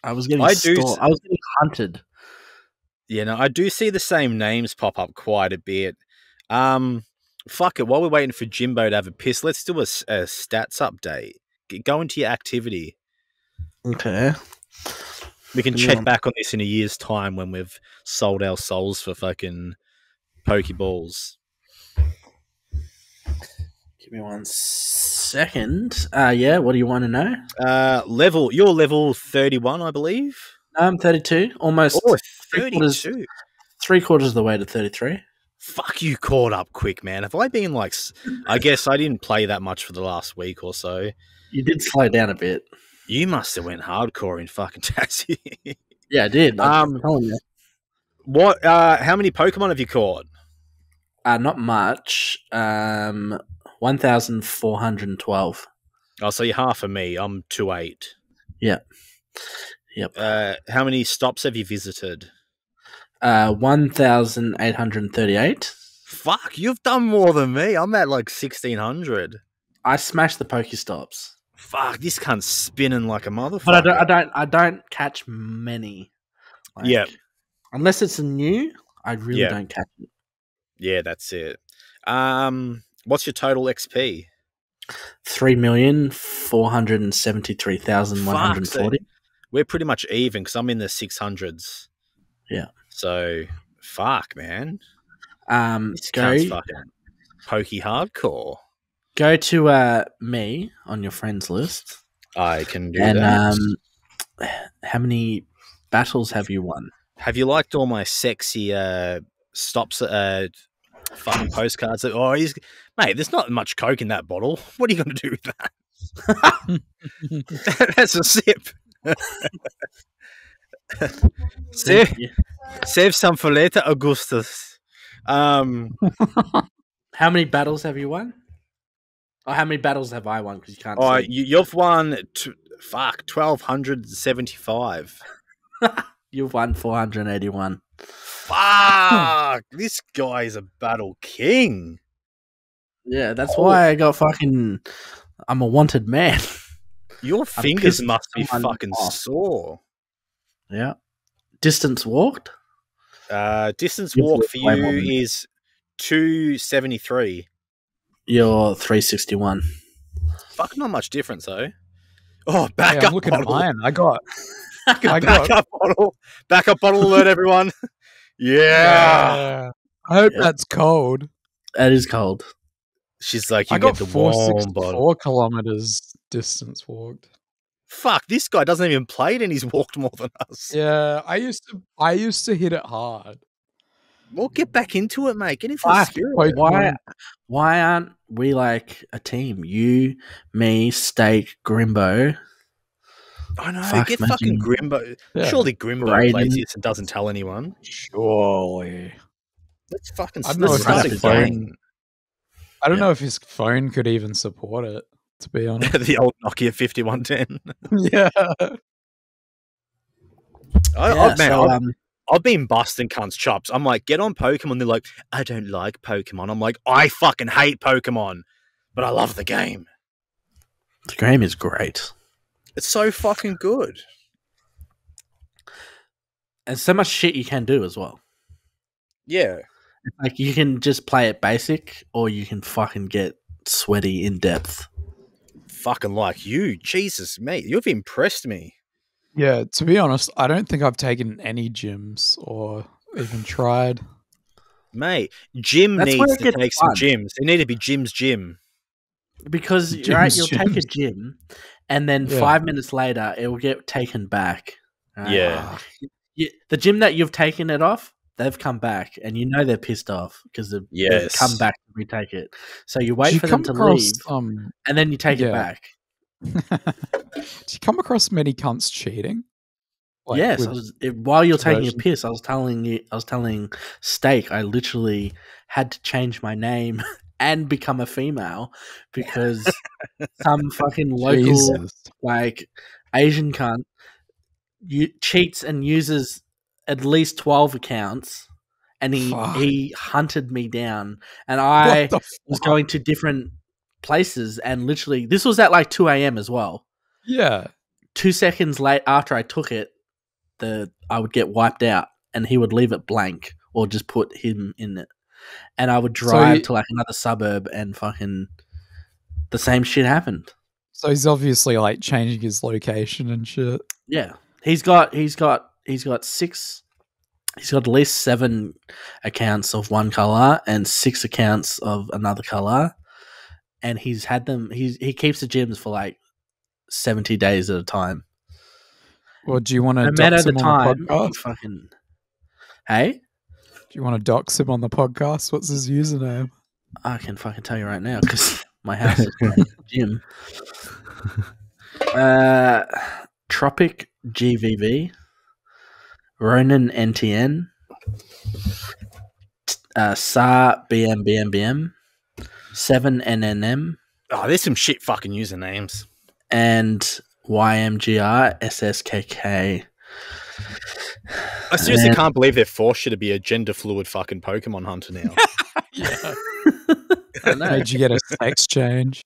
I was getting I do stalked. s- I was getting hunted. You know, I do see the same names pop up quite a bit. Um, fuck it. While we're waiting for Jimbo to have a piss, let's do a, s- a stats update. G- Go into your activity. Okay. We can Give me check one. back on this in a year's time when we've sold our souls for fucking pokeballs. Give me one second. Uh yeah, what do you want to know? Uh, level. You're level thirty-one, I believe. I'm 32, Um, almost Oh, three quarters- 32. three quarters of the way to 33. Fuck, you caught up quick, man. Have I been like? s- I guess I didn't play that much for the last week or so. You did slow down a bit. You must have went hardcore in fucking Tassie. Yeah, I did. I'm Um, telling you. what? Uh, how many Pokemon have you caught? Uh, not much. Um, 1,412. Oh, so you're half of me. I'm two eight. Yeah. Yep. Uh, how many stops have you visited? uh, 1,838. Fuck, you've done more than me. I'm at like 1600. I smashed the Pokestops. Fuck, this cunt's spinning like a motherfucker. But I don't, I don't, I don't catch many. Like, Yeah. Unless it's new, I really Yeah. don't catch it. Yeah, that's it. Um, what's your total XP? Three million four hundred and seventy-three thousand one hundred forty. We're pretty much even because I'm in the 600s. Yeah. So, fuck, man. Um, This go cunt's fucking pokey hardcore. go to uh, me on your friends list, I can do and that. um, how many battles have you won? Have you liked all my sexy uh stops uh fucking postcards that oh he's mate, there's not much coke in that bottle. What are you gonna do with that? That's a sip. save, Thank you. save some for later, Augustus. Um How many battles have you won? Or how many battles have I won? Because you can't. oh, see. you, you've won t- fuck twelve hundred and seventy five. You've won four hundred eighty-one. Fuck this guy is a battle king. Yeah, that's Oh. why I got fucking. I'm a wanted man. Your I've fingers pissed must be someone fucking off. sore. yeah. Distance walked. Uh, distance Yes, walk yes, for I am on you is two seventy three. You're 361. Fuck, not much difference though. Oh, Hey, backup I'm looking at bottle! mine. I got. I got. Backup bottle! Backup bottle alert, everyone! Yeah, Yeah. I hope Yeah. that's cold. That is cold. she's like, you I got get the warm 464 bottle. kilometers distance walked. Fuck, this guy doesn't even play it, and he's walked more than us. Yeah, I used to. I used to hit it hard. Well, get back into it, mate. Get into the Fuck, spirit. Pokemon- Why why aren't we like a team? You, me, Steak, Grimbo. I know. fuck, get fucking imagine- Grimbo. Yeah. Surely Grimbo Raiden. plays this and doesn't tell anyone. Surely. Let's fucking I'm let's not start a his game. I don't Yeah. know if his phone could even support it. To be honest. the old Nokia fifty one ten. yeah. Yeah, I, I, Oh, man, so, I've, um, I've been busting cunts chops. I'm like, get on Pokemon. They're like, I don't like Pokemon. I'm like, I fucking hate Pokemon, but I love the game. the game is great. It's so fucking good. And so much shit you can do as well. Yeah. Like you can just play it basic or you can fucking get sweaty in depth. Fucking like you. Jesus, mate. You've impressed me. Yeah. To be honest, I don't think I've taken any gyms or even tried. Mate, Jim That's where needs it to gets take some fun. gyms. They need to be Jim's gym. Because Gym's right, you'll take gyms. a gym and then Yeah. five minutes later it will get taken back. right? Yeah. Ah. You- the gym that you've taken it off, they've come back, and you know they're pissed off because they've, they've Yes. come back to retake it. So you wait Did you for come them to across, leave, Um, and then you take yeah. it back. Did you come across many cunts cheating? Like, yes, I with- was, it, while you're taking a diversion. piss, I was telling you, I was telling Steak, I literally had to change my name and become a female because some fucking local Jesus. like Asian cunt you, cheats and uses at least twelve accounts, and he Fuck. he hunted me down, and I What the was fuck? going to different places, and literally this was at like two a.m. as well. Yeah. Two seconds late after I took it, the I would get wiped out, and he would leave it blank or just put him in it, and I would So drive you- to like another suburb and fucking the same shit happened. So he's obviously like changing his location and shit. Yeah, he's got he's got he's got six. He's got at least seven accounts of one color and six accounts of another color, and he's had them. He's he keeps the gyms for like seventy days at a time. Or do you want to No matter dox the him on time, the podcast? he fucking hey, Do you want to dox him on the podcast? What's his username? I can fucking tell you right now because my house is my gym. Uh, Tropic GVV, Ronin NTN, t- uh, SAR BMBMBM, 7NNM, Oh, there's some shit fucking usernames. and YMGR SSKK. I seriously Man. can't believe they're forced you to be a gender fluid fucking Pokemon hunter now. I know. Made you get a sex change.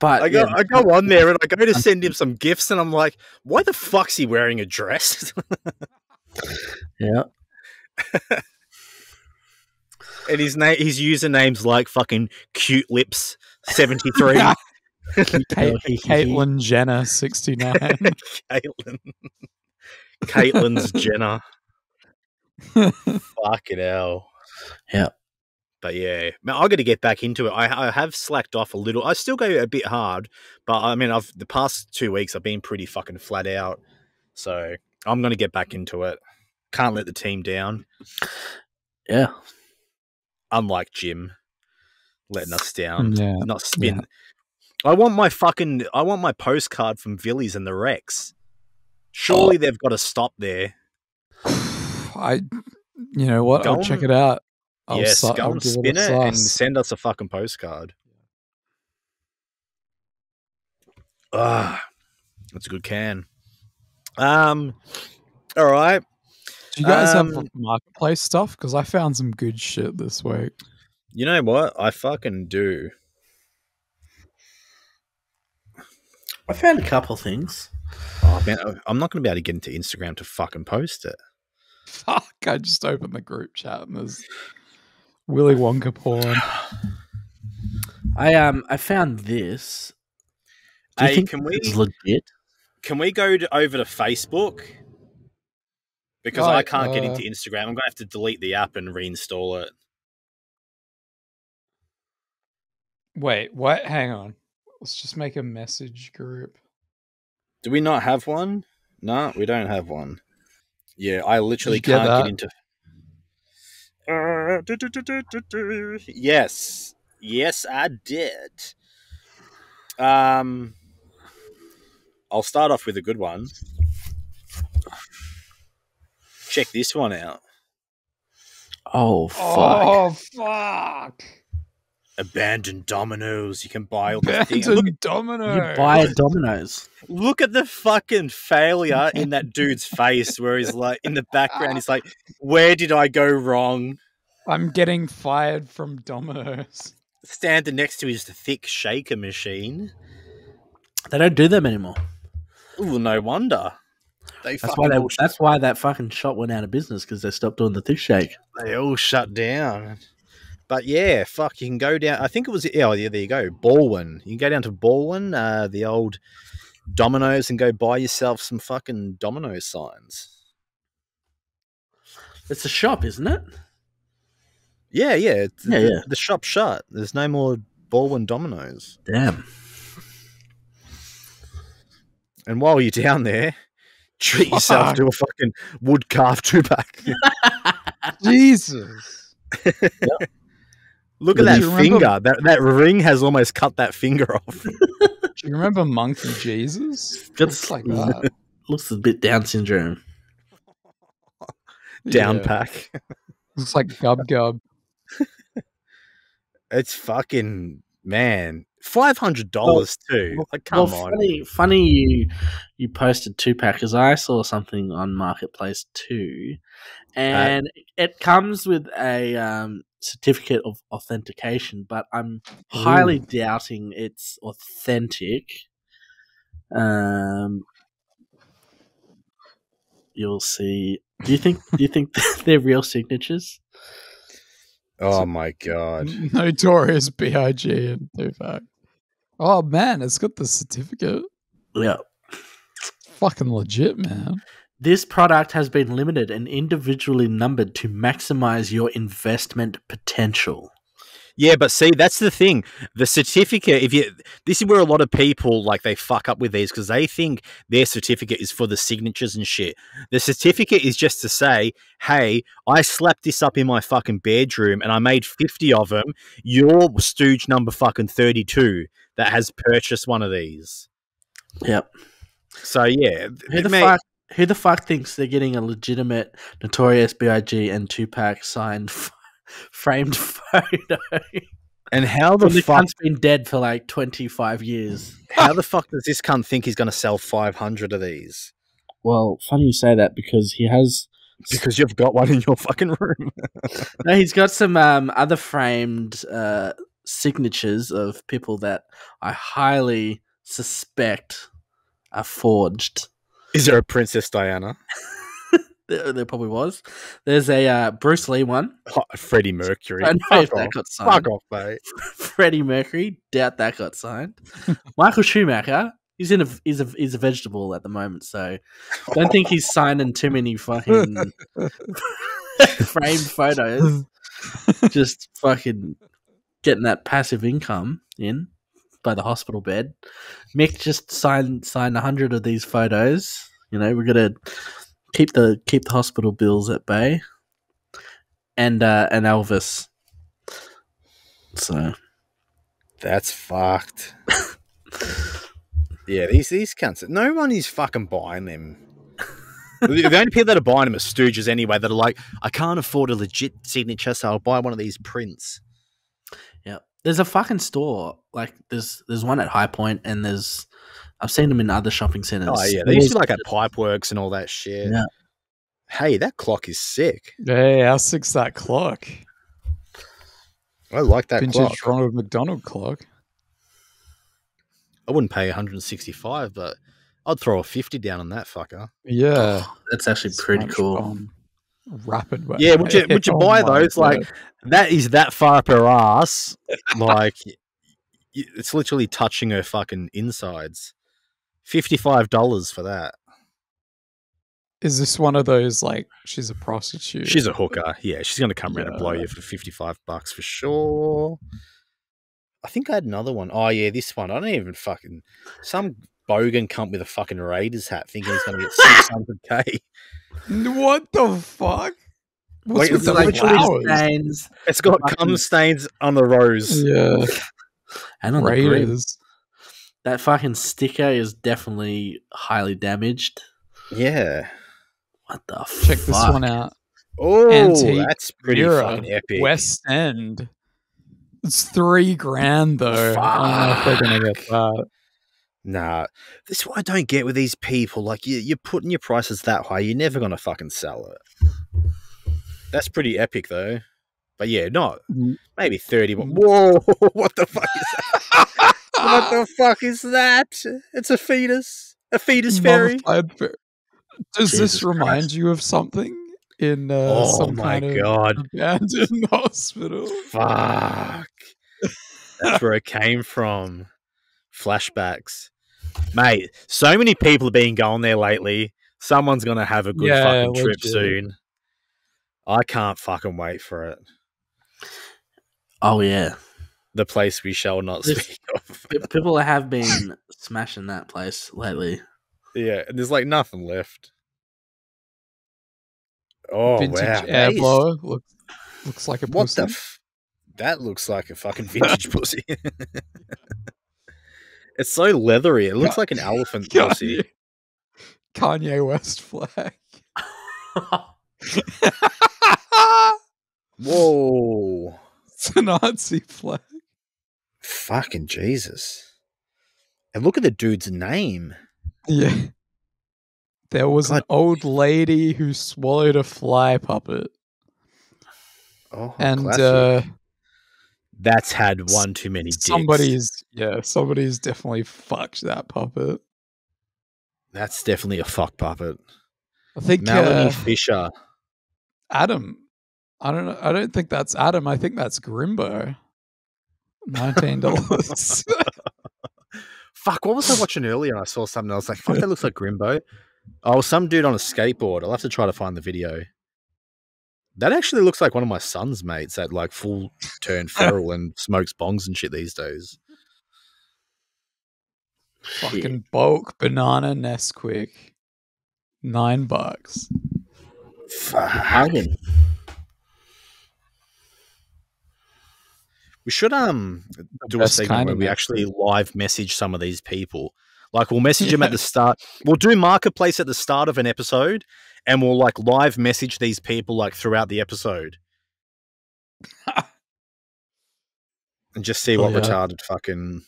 But I go, yeah, I go on there and I go to send him some gifts, and I'm like, why the fuck's he wearing a dress? yeah. and his name, his username's like fucking cute lips seventy three. Kate, Caitlyn Jenner, 69. Caitlin, Caitlin's Jenner. fucking hell. Yeah. But yeah, man, I got to get back into it. I, I have slacked off a little. I still go a bit hard, but I mean, I've the past two weeks I've been pretty fucking flat out. So I'm gonna get back into it. Can't let the team down. Yeah. unlike Jim, letting us Um, down, yeah. not spin. I want my fucking, I want my postcard from Villies and the Rex. Oh. Surely they've got to stop there. I, you know what? Go I'll check and- it out. I'll yes, su- go I'll and give spin it, it, a and sus. send us a fucking postcard. Ah, that's a good can. Um, all right. Do you guys have um, like, marketplace stuff? Because I found some good shit this week. You know what? I fucking do. I found a couple things. Oh, man, I- I'm not going to be able to get into Instagram to fucking post it. Fuck! I just opened the group chat and there's Willy Wonka porn. I um I found this. Do you Hey, think can we- it's legit? Can we go to, over to Facebook? Because I Right, can't get uh, into Instagram. I'm going to have to delete the app and reinstall it. Wait, what? Hang on. Let's just make a message group. Do we not have one? No, we don't have one. Yeah, I literally you get can't that? get into. Uh, do, do, do, do, do, do. Uh, Yes, yes, I did. Um, I'll start off with a good one. Check this one out. Oh fuck. Oh fuck! Abandoned Dominoes. You can buy all the things. Look, Abandoned You Domino. buy a Domino's. look at the fucking failure in that dude's face, where he's like, in the background, he's like, "Where did I go wrong?" I'm getting fired from Domino's. standing next to is the thick shaker machine. They don't do them anymore. Ooh, no wonder. They That's why fucking they, all, sh- that's why that fucking shop went out of business because they stopped doing the thick shake. they all shut down. But yeah, fuck, you can go down. I think it was yeah, oh, yeah, there you go, Baldwin. You can go down to Baldwin, uh, the old Dominoes, and go buy yourself some fucking Domino signs. It's a shop, isn't it? Yeah, yeah, it's- Yeah, the, yeah. The shop shut. There's no more Baldwin Dominoes. Damn. And while you're down there, treat yourself to a fucking wood carved two pack. Jesus. Look at Do that you remember- finger. That that ring has almost cut that finger off. Do you remember Monkey Jesus? Just like that. Looks a bit Down syndrome. Down Yeah. pack. Looks like Gub Gub. It's fucking man. Five hundred dollars too. Like, come on. funny, funny you you posted two packers. I saw something on Marketplace too, and it comes with a um, certificate of authentication, but I'm highly doubting it's authentic. Um, you'll see. Do you think? Do you think they're real signatures? Oh my god. Notorious B.I.G. in two pack. Oh man, it's got the certificate. Yeah. Fucking legit, man. This product has been limited and individually numbered to maximize your investment potential. Yeah, but see, that's the thing. The certificate, if you this is where a lot of people like they fuck up with these because they think their certificate is for the signatures and shit. The certificate is just to say, hey, I slapped this up in my fucking bedroom and I made 50 of them. You're stooge number fucking 32 that has purchased one of these. Yep. So yeah, Who the mate, fuck? Who the fuck thinks they're getting a legitimate Notorious B.I.G. and Tupac signed f- framed photo? and how the the fuck cunt's been dead for like twenty five years. how the fuck does this cunt think he's going to sell 500 of these? Well, funny you say that because he has. because you've got one in your fucking room. No, he's got some um, other framed uh, signatures of people that I highly suspect are forged. Is there a Princess Diana? There, there probably was. There's a uh, Bruce Lee one. Oh, Freddie Mercury. I know if Fuck that off. got signed. Fuck off, mate. Freddie Mercury. Doubt that got signed. Michael Schumacher. He's in a he's a he's a vegetable at the moment, so don't think he's signing too many fucking framed photos. Just fucking getting that passive income in by the hospital bed. Mick just signed signed a hundred of these photos. You know, we're gonna keep the keep the hospital bills at bay. And uh and Elvis. So That's fucked. yeah, these these cunts. No one is fucking buying them. the the only people that are buying them are stooges anyway. That are like, I can't afford a legit signature, so I'll buy one of these prints. Yeah, there's a fucking store like there's there's one at High Point, and there's I've seen them in other shopping centers. Oh yeah, they used to like at Pipeworks and all that shit. Yeah. Hey, that clock is sick. Hey, how sick's that clock? I like that Vintage clock. Ronald McDonald clock. I wouldn't pay 165, but I'd throw a 50 down on that fucker. Yeah. Oh, that's actually pretty Smash cool. bomb. Rapid way. Yeah, would you- would you Oh buy my those? Like- word. That is that far up her ass. Like, y- y- it's literally touching her fucking insides. $55 for that. is this one of those like she's a prostitute? She's a hooker. Yeah, she's going to come around and blow Yeah. you for 55 bucks for sure. I think I had another one. Oh, yeah, this one. I don't even fucking. Some bogan cunt with a fucking Raiders hat thinking he's going to get 600k. what the fuck? What's Wait, with is the it like flowers? Stains It's got Fucking- cum stains on the rose. Yeah, and on the grid. Raiders. That fucking sticker is definitely highly damaged. Yeah. What the Check this one out. Oh, Antique that's pretty Mira, fucking epic. West End. It's three grand though. I don't know if they're gonna get that. Nah, this is what I don't get with these people. Like, you, you're putting your prices that high, you're never gonna fucking sell it. That's pretty epic, though. But yeah, no, Mm. maybe thirty. But whoa, what the fuck is that? what the fuck is that? It's a fetus, a fetus fairy. Mummified fer- Does Jesus this remind Christ. you of something in uh, oh some my kind of god, abandoned hospital? fuck! That's where it came from. Flashbacks, mate. So many people have been going there lately. Someone's gonna have a good Yeah, fucking trip legit. soon. I can't fucking wait for it. Oh yeah, The place we shall not This- speak of. P- people have been smashing that place lately. Yeah, there's like nothing left. Oh Vintage wow! air that is- blower looks looks like a what pussy. the? F- that looks like a fucking vintage pussy. it's so leathery. It looks like an elephant God, pussy. Kanye West flag. Whoa. it's a Nazi flag. Fucking Jesus. And look at the dude's name. Yeah. There was an God. old lady who swallowed a fly puppet, Oh, and classic. uh, that's had one too many dicks. somebody's yeah, somebody's definitely fucked that puppet. That's definitely a fuck puppet. I think Melanie uh, Fisher. Adam. I don't know. I don't think that's Adam. I think that's Grimbo. Nineteen dollars. Fuck, what was I watching earlier? I saw something. I was like, fuck, that looks like Grimbo. Oh, some dude on a skateboard. I'll have to try to find the video. That actually looks like one of my son's mates that like full turn feral and smokes bongs and shit these days. Fucking bulk banana Nesquik. Nine bucks. Fuck. We should um do a best segment kind where of we message. actually live message some of these people. Like we'll message them at the start. We'll do marketplace at the start of an episode, and we'll like live message these people like throughout the episode, and just see Oh, what yeah. retarded fucking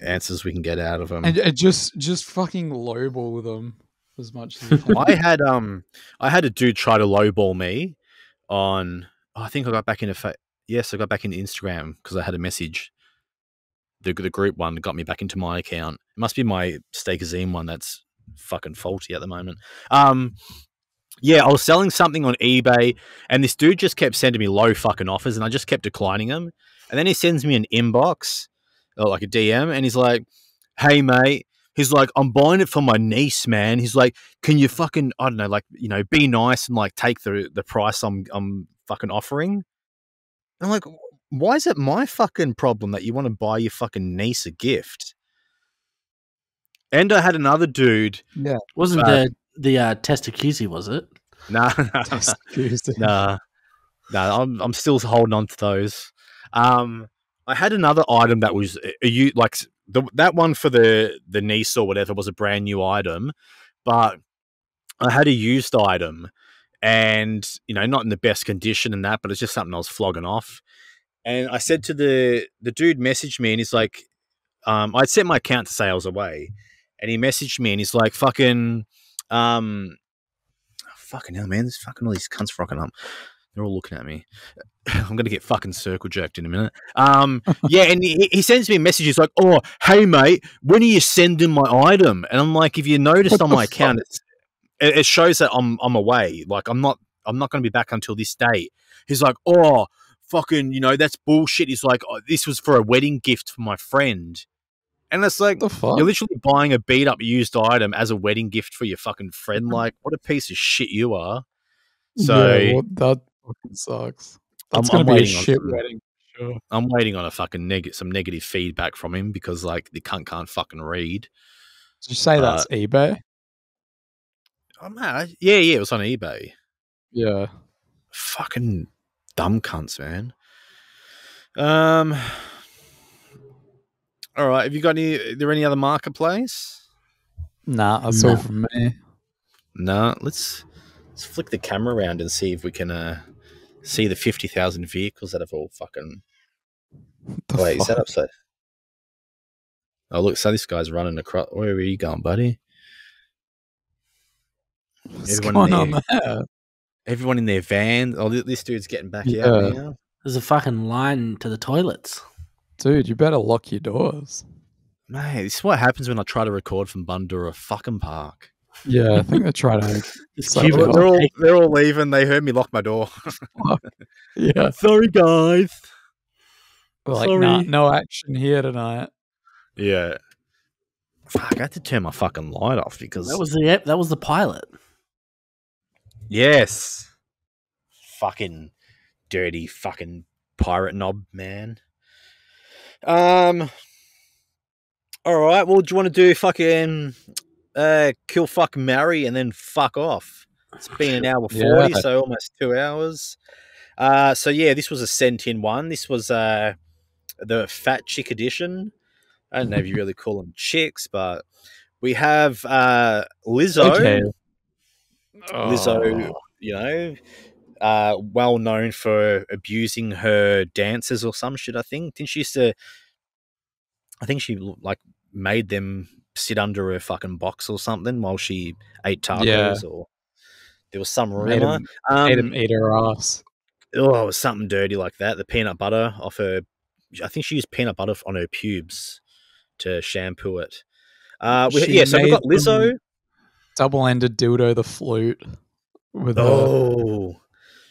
answers we can get out of them. uh, And, and just just fucking lowball them. as much as you I had um I had a dude try to lowball me on oh, I think I got back into fa- yes I got back into Instagram because I had a message the the group one got me back into my account it must be my Steakazine one that's fucking faulty at the moment um yeah I was selling something on eBay and this dude just kept sending me low fucking offers and I just kept declining them and then he sends me an inbox or like a DM and he's like hey mate He's like, I'm buying it for my niece, man. He's like, can you fucking, I don't know, like, you know, be nice and like take the the price I'm I'm fucking offering. I'm like, why is it my fucking problem that you want to buy your fucking niece a gift? And I had another dude. Wasn't Uh, the the uh, Testacusi, was it? Nah, nah, Excuse me. nah, nah. I'm I'm still holding on to those. Um, I had another item that was uh, a- a you like s- the, that one for the the niece or whatever was a brand new item, but I had a used item, and you know not in the best condition and that, but it's just something I was flogging off. And I said to the the dude messaged me and he's like, um, I'd sent my account to sales away, and he messaged me and he's like, fucking, um, fucking hell, man, this fucking all these cunts rocking up. They're all looking at me. I'm gonna get fucking circle jerked in a minute. Um, yeah, and he, he sends me messages like, "Oh, hey mate, when are you sending my item?" And I'm like, "If you noticed What on the my fuck? account, it's, it, it shows that I'm I'm away. Like I'm not I'm not gonna be back until this date." He's like, "Oh, fucking, you know that's bullshit." He's like, oh, "This was for a wedding gift for my friend," and it's like, What the fuck? you're literally buying a beat up used item as a wedding gift for your fucking friend. Like, what a piece of shit you are. So yeah, what- that fucking sucks. I'm- That's I'm gonna be a waiting on shit some- wedding. for Sure. I'm waiting on a fucking neg- some negative feedback from him because like the cunt can't fucking read. Did you say Uh, that's eBay? Oh man, yeah, yeah, it was on eBay. Yeah. Fucking dumb cunts, man. Um. All right, have you got any? Are there any other marketplace? Nah, that's all from me. No, let's let's flick the camera around and see if we can uh see the fifty thousand vehicles that have all fucking What the Wait, is fuck? that upside? Oh look, so this guy's running across. Where are you going, buddy? What's everyone going on there? there? Everyone in their van. Oh, th- this dude's getting back Yeah. out now. There's a fucking line to the toilets. Dude, you better lock your doors. Mate, this is what happens when I try to record from Bundura fucking park. Yeah, I think they tried to. It's So- cute. They're all they're all leaving. They heard me lock my door. Yeah. Sorry, guys. Like, nah, Sorry. no action here tonight. Yeah. Fuck, I had to turn my fucking light off because That was the ep- that was the pilot. yes, fucking dirty fucking pirate knob man. Um. All right. Well, do you want to do fucking uh, kill, fuck, marry, and then fuck off? It's been an hour Yeah. forty, so almost two hours. Uh, so yeah, this was a sent in one. This was uh, the fat chick edition. I don't know if you really call them chicks, but we have uh, Lizzo. Okay. Oh. Lizzo, you know, uh, well known for abusing her dancers or some shit. I think didn't she used to? I think she like made them sit under her fucking box or something while she ate tacos Yeah. or there was some Made rumor. him, Um, made him eat her ass. oh, it was something dirty like that. The peanut butter off her. I think she used peanut butter on her pubes to shampoo it. Uh, we, She yeah, so we've made got Lizzo. them- Double ended dildo, the flute. With the, Oh,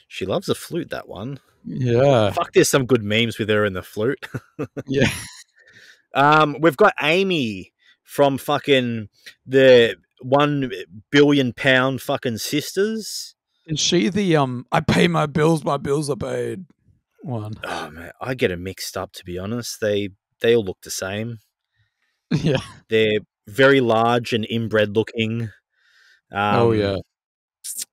she loves the flute. That one. yeah. Fuck, there's some good memes with her and the flute. Yeah. Um, we've got Amy from fucking the one billion pound fucking sisters. Is she the um? I pay my bills. My bills are paid. One. Oh man, I get them mixed up to be honest. They they all look the same. Yeah. They're very large and inbred looking. Um, oh yeah.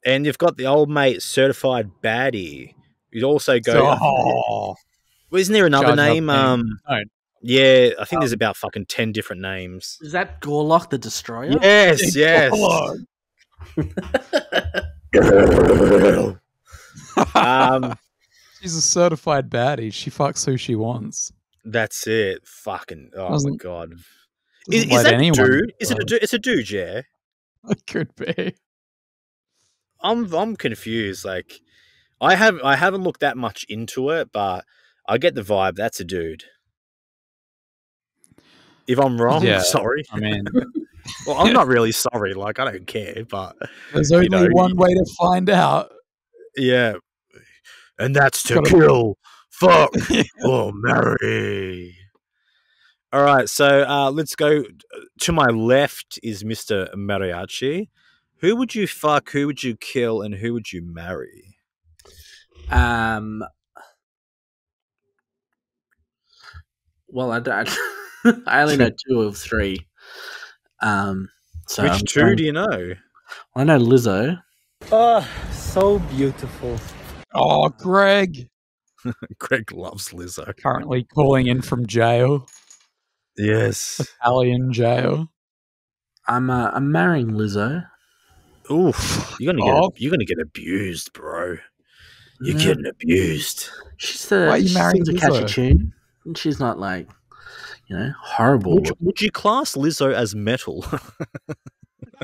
and you've got the old mate certified baddie. You'd also go. oh. Well, isn't there another Judge up name? name. Um, No. yeah, I Um, think there's about fucking ten different names. Is that Gorlock the Destroyer? Oh. Yes, yes. um, She's a certified baddie. She fucks who she wants. that's it. Fucking oh my Doesn't- god. Is, Doesn't is let that a anyone dude? Is it a fuck. dude? It's a dude, yeah. it could be. I'm I'm confused. Like, I have I haven't looked that much into it, but I get the vibe that's a dude. If I'm wrong, Yeah. sorry. I mean, Well, I'm not really sorry. Like, I don't care, but there's You only know, one way to find out. yeah. And that's to Gotta- kill, fuck, or marry. All right, so uh, let's go. To my left is Mr. Mariachi. Who would you fuck? Who would you kill? And who would you marry? Um. Well, I don't. I only know two of three. Um. So Which I'm two going- do you know? I know Lizzo. Oh, so beautiful. Oh, Greg, Greg loves Lizzo. currently calling in from jail, Yes. Italian jail. I'm. Uh, I'm marrying Lizzo. Oof. You're gonna get Oh. you're gonna get abused, bro. You're Yeah. getting abused. She's the. Why are you she marrying sings a catchy Lizzo? tune. And she's not like, you know, horrible. Would you, would you class Lizzo as metal?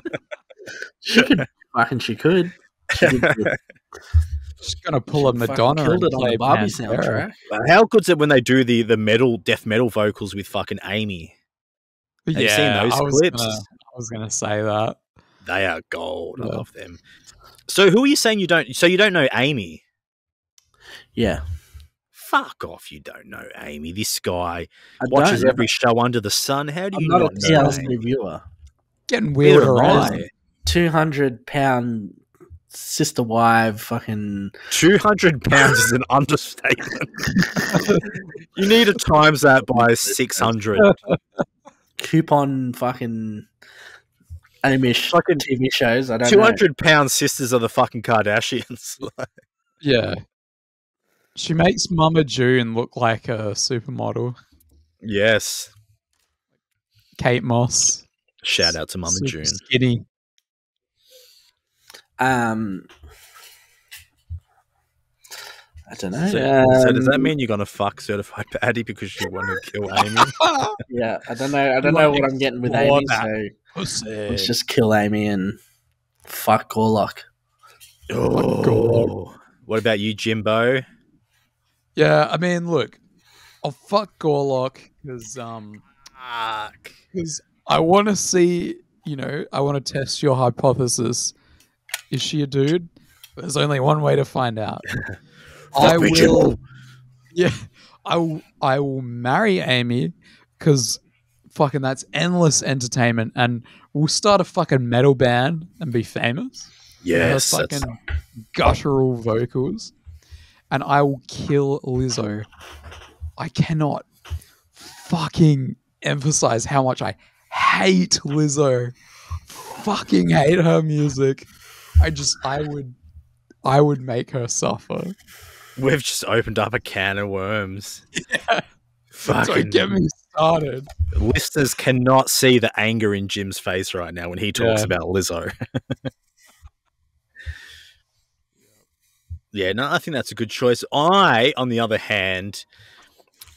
She could. Fucking, she could. She could do- Just gonna pull a fucking Madonna killed and it on play the Barbie Pantera. soundtrack. How good's it when they do the the metal death metal vocals with fucking Amy? Yeah, you seen those I was clips? Gonna, I was gonna say that. They are gold. I Yeah. love them. So who are you saying you don't? So you don't know Amy? Yeah. Fuck off! You don't know Amy. This I guy watches don't. every show under the sun. How do I'm you not not, a know? TLC Amy? viewer. Getting Neither weirder. am on. I. Two hundred pound sister wife. Fucking. Two hundred pounds is an understatement. you need to times that by six hundred. coupon fucking Amish Fucking TV shows. I don't Two know. hundred pound sisters are the fucking Kardashians. Yeah. She makes Mama June look like a supermodel. yes. Kate Moss. Shout out to Mama super June. Skinny. Um, I don't know. So, so does that um, mean you're gonna fuck certified patty because you want to kill Amy? Oh. Yeah, I don't know. I don't know what I'm getting with Explore Amy. that. So Pussy. let's just kill Amy and fuck Gorlock. oh. What about you, Jimbo? Yeah, I mean, look, I'll fuck Gorlock because um, Fuck. because I want to see, you know, I want to test your hypothesis. Is she a dude? There's only one way to find out. I will. Yeah, I will- I will marry Amy because fucking that's endless entertainment, and we'll start a fucking metal band and be famous. with her Yes. fucking that's- guttural vocals, and I will kill Lizzo. I cannot fucking emphasize how much I hate Lizzo. Fucking hate her music. I just, I would, I would make her suffer. we've just opened up a can of worms. So Fucking get me started. listeners cannot see the anger in Jim's face right now when he talks Yeah. about Lizzo. yeah, no, I think that's a good choice. I, on the other hand,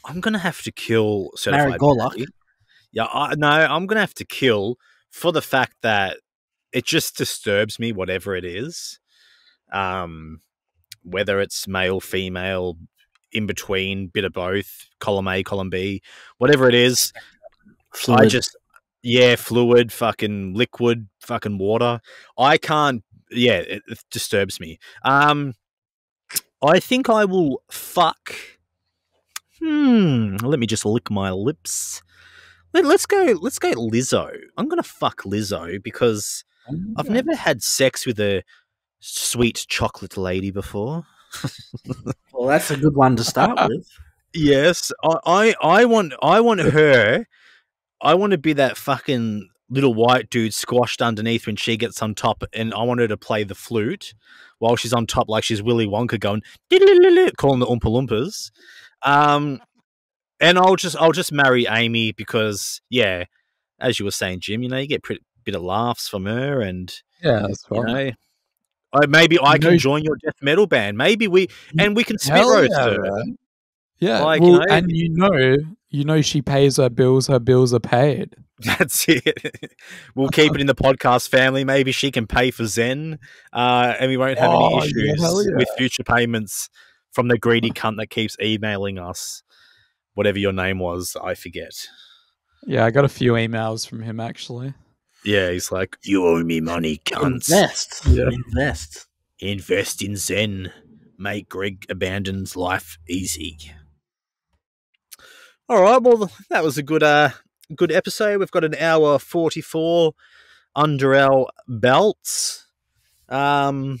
I'm gonna have to kill Marry certified. Gorlock. Patty. Yeah, I, no, I'm gonna have to kill for the fact that it just disturbs me, whatever it is, um, whether it's male, female, in between, bit of both, column A, column B, whatever it is. I Fluid. just yeah, fluid, fucking liquid, fucking water. I can't. Yeah, it, it disturbs me. Um, I think I will fuck. Hmm. Let me just lick my lips. Let, let's go. Let's go, Lizzo. I'm gonna fuck Lizzo because I've never had sex with a sweet chocolate lady before. Well, that's a good one to start with. Yes, I, I, I want, I want her. I want to be that fucking little white dude squashed underneath when she gets on top, and I want her to play the flute while she's on top, like she's Willy Wonka, going "Diddle-diddle-diddle," calling the Oompa Loompas. Um, and I'll just, I'll just marry Amy because, yeah, as you were saying, Jim, you know, you get pretty bit of laughs from her, and Yeah, that's you fine. know. I, maybe I can No- join your death metal band. Maybe we and we can spit Hell roast yeah, her. Yeah, Like, well, you know- and you know you know she pays her bills, her bills are paid. That's it. we'll keep it in the podcast family. Maybe she can pay for Zen, uh, and we won't have Oh, any yeah, issues hell yeah. with future payments from the greedy cunt that keeps emailing us. Whatever your name was, I forget. Yeah, I got a few emails from him actually. Yeah, he's like, you owe me money, cunts. Invest. Yeah. Invest. Invest in Zen. Make Greg Abandon's life easy. All right, well, that was a good, uh, good episode. We've got an hour forty-four under our belts. Um,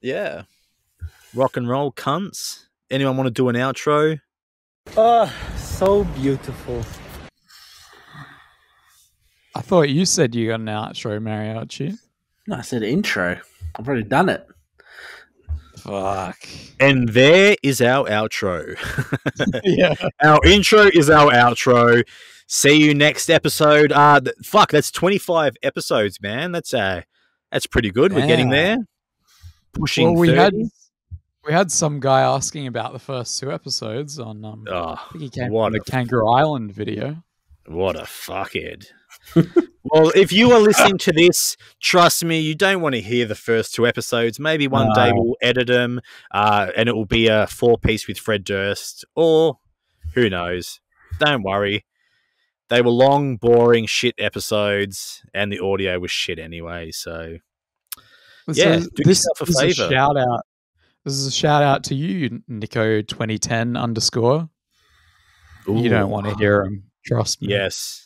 yeah, rock and roll cunts. Anyone want to do an outro? Oh, so beautiful. I thought you said you got an outro, Mariachi. No, I said intro. I've already done it. Fuck. And there is our outro. yeah. our intro is our outro. See you next episode. Uh th- fuck, that's 25 episodes, man. That's uh that's pretty good. We're getting there. Damn. Pushing Well, we 30. had we had some guy asking about the first two episodes on um Oh, I think he came what from the a- Kangaroo Island video. what a fuckhead. well, if you are listening to this, trust me, you don't want to hear the first two episodes. Maybe one day we'll edit them uh, and it will be a four piece with Fred Durst or who knows. Don't worry. They were long, boring, shit episodes and the audio was shit anyway. So, Yeah, is- do this yourself a is a favour. shout out. This is a shout out to you, Nico twenty ten underscore. You don't Ooh. want to hear him. Trust me. Yes.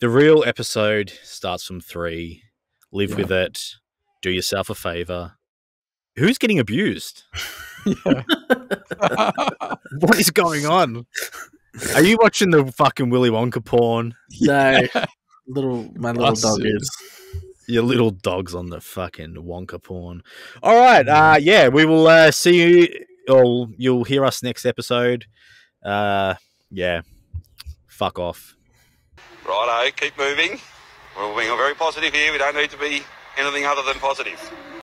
The real episode starts from three. Live Yeah. with it. Do yourself a favor. Who's getting abused? What is going on? Are you watching the fucking Willy Wonka porn? So, little my little dog Busted. is. Your little dog's on the fucking Wonka porn. All right. Uh, yeah, we will uh, see you. Or you'll hear us next episode. Uh, yeah. Fuck off. Righto, keep moving. We're all being very positive here. We don't need to be anything other than positive.